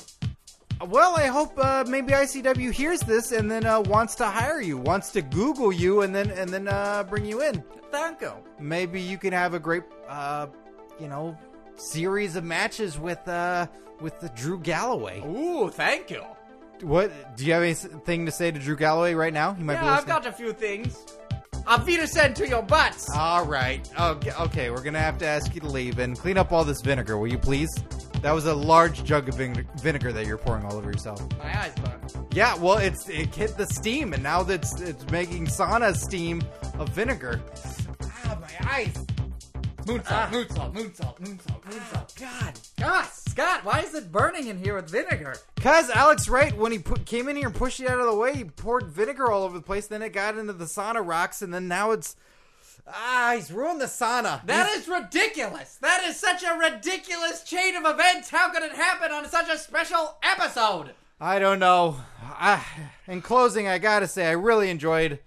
well, I hope uh, maybe ICW hears this and then uh, wants to hire you, wants to Google you, and then and then uh, bring you in. Thank you. Maybe you can have a great, uh, you know, series of matches with uh, with the Drew Galloway. Ooh, thank you. What do you have anything to say to Drew Galloway right now? He might be Yeah, listening. I've got a few things. Auf Wiedersehen to your butts. All right. Okay, okay, we're going to have to ask you to leave and clean up all this vinegar, will you please? That was a large jug of vin- vinegar that you're pouring all over yourself. My eyes burn. Yeah, well, it's it hit the steam, and now that's it's making sauna steam of vinegar. Ah, my eyes. Moonsault, moonsault, moonsault, moonsault, moonsault. God, God, Scott, why is it burning in here with vinegar? Cause Alex Wright, when he put, came in here and pushed it out of the way, he poured vinegar all over the place. Then it got into the sauna rocks, and then now it's ah, he's ruined the sauna. That is ridiculous. That is such a ridiculous chain of events. How could it happen on such a special episode? I don't know. I, in closing, I gotta say I really enjoyed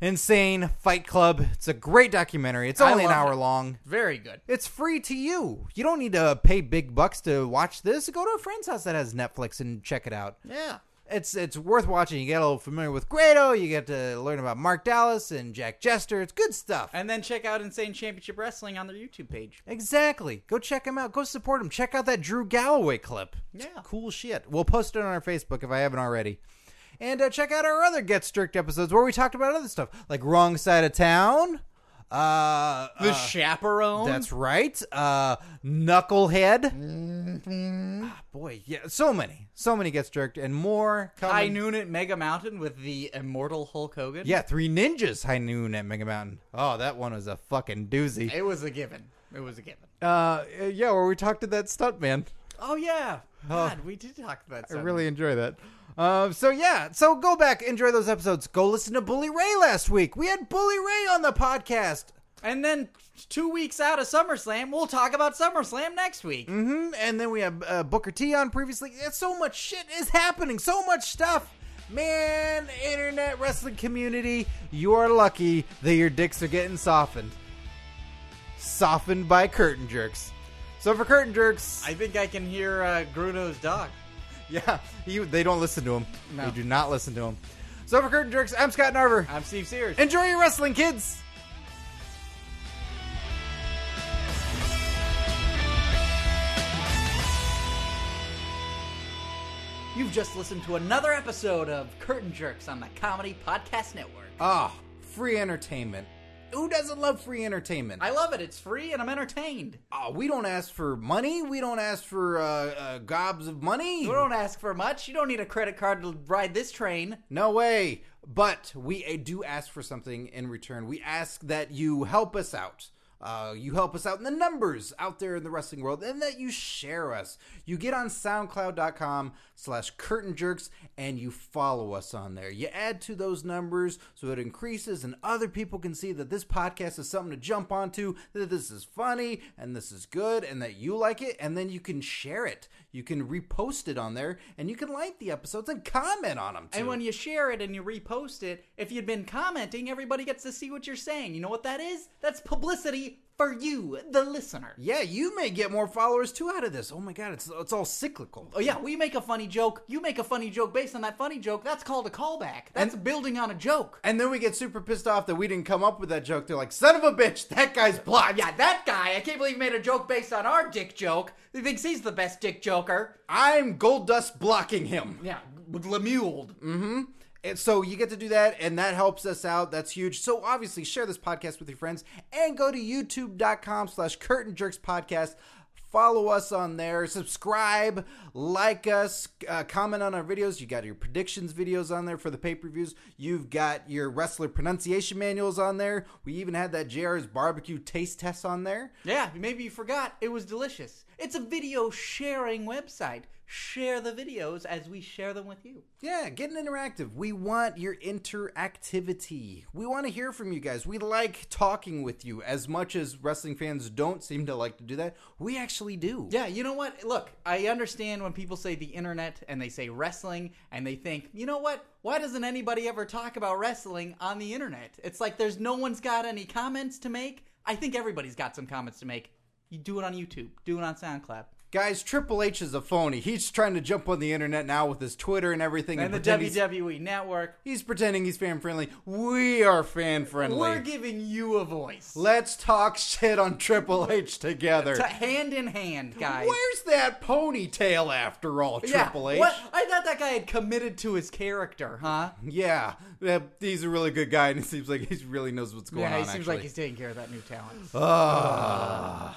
Insane Fight Club. It's a great documentary. It's I only an love hour it. long. Very good. It's free to you. You don't need to pay big bucks to watch this. Go to a friend's house that has Netflix and check it out. Yeah. It's it's worth watching. You get a little familiar with Grado. You get to learn about Mark Dallas and Jack Jester. It's good stuff. And then check out Insane Championship Wrestling on their YouTube page. Exactly. Go check him out. Go support him. Check out that Drew Galloway clip. It's Yeah. Cool shit. We'll post it on our Facebook if I haven't already. And uh, check out our other Get Strict episodes where we talked about other stuff like Wrong Side of Town, Uh, The uh, chaperone. that's right. Uh, Knucklehead. Mm-hmm. Ah, boy, yeah, so many, so many gets jerked, and more coming. High noon at Mega Mountain with the immortal Hulk Hogan. Yeah, three ninjas high noon at Mega Mountain. Oh, that one was a fucking doozy. it was a given. It was a given. Uh, yeah, where we talked to that stuntman. Oh yeah, God, we did talk about. I Seven. really enjoy that. Um, so yeah, so go back, enjoy those episodes. Go listen to Bully Ray last week. We had Bully Ray on the podcast, And then two weeks out of SummerSlam, we'll talk about SummerSlam next week. hmm and then we have uh, Booker T on previously. Yeah, so much shit is happening. So much stuff, man. Internet wrestling community, you are lucky that your dicks are getting softened, softened by curtain jerks. So for curtain jerks, I think I can hear uh, Gruno's dog. yeah, he, they don't listen to him. No. They do not listen to him. So for curtain jerks, I'm Scott Narver. I'm Steve Sears. Enjoy your wrestling, kids. You've just listened to another episode of Curtain Jerks on the Comedy Podcast Network. Ah, free entertainment. Who doesn't love free entertainment? I love it. It's free and I'm entertained. Ah, we don't ask for money. We don't ask for uh, uh, gobs of money. You don't ask for much. You don't need a credit card to ride this train. No way. But we uh, do ask for something in return. We ask that you help us out. Uh, you help us out in the numbers out there in the wrestling world and that you share us. You get on soundcloud.com slash curtain jerks and you follow us on there. You add to those numbers so it increases and other people can see that this podcast is something to jump onto, that this is funny and this is good and that you like it. And then you can share it. You can repost it on there and you can like the episodes and comment on them too. And when you share it and you repost it, if you'd been commenting, everybody gets to see what you're saying. You know what that is? That's publicity for you, the listener. Yeah, you may get more followers too out of this. Oh my god, it's it's all cyclical. Oh yeah, we make a funny joke. You make a funny joke based on that funny joke. That's called a callback. That's building on a joke. And then we get super pissed off that we didn't come up with that joke. They're like, "Son of a bitch, that guy's blocked." Yeah, Ah, that guy. I can't believe he made a joke based on our dick joke. He thinks he's the best dick joker. I'm Gold Dust blocking him. Yeah, lemuled. And so you get to do that, and that helps us out. That's huge. So obviously, share this podcast with your friends, and go to YouTube.com/slash Curtain Jerks Podcast. Follow us on there, subscribe, like us, uh, comment on our videos. You got your predictions videos on there for the pay per views. You've got your wrestler pronunciation manuals on there. We even had that JR's barbecue taste test on there. Yeah, maybe you forgot. It was delicious. It's a video sharing website. Share the videos as we share them with you. Yeah, getting interactive. We want your interactivity. We want to hear from you guys. We like talking with you as much as wrestling fans don't seem to like to do that. We actually do. Yeah, you know what? Look, I understand when people say the internet and they say wrestling and they think, you know what? Why doesn't anybody ever talk about wrestling on the internet? It's like there's no one's got any comments to make. I think everybody's got some comments to make. You do it on YouTube, do it on SoundCloud. Guys, Triple H is a phony. He's trying to jump on the internet now with his Twitter and everything. And the E pretend he's- WWE network. He's pretending he's fan friendly. We are fan We're friendly. giving you a voice. Let's talk shit on Triple H together. To- hand in hand, guys. Where's that ponytail after all, Triple H? What? I thought that guy had committed to his character, huh? Yeah, yeah, he's a really good guy, and it seems like he really knows what's going yeah, on. he seems actually. like he's taking care of that new talent. Ah.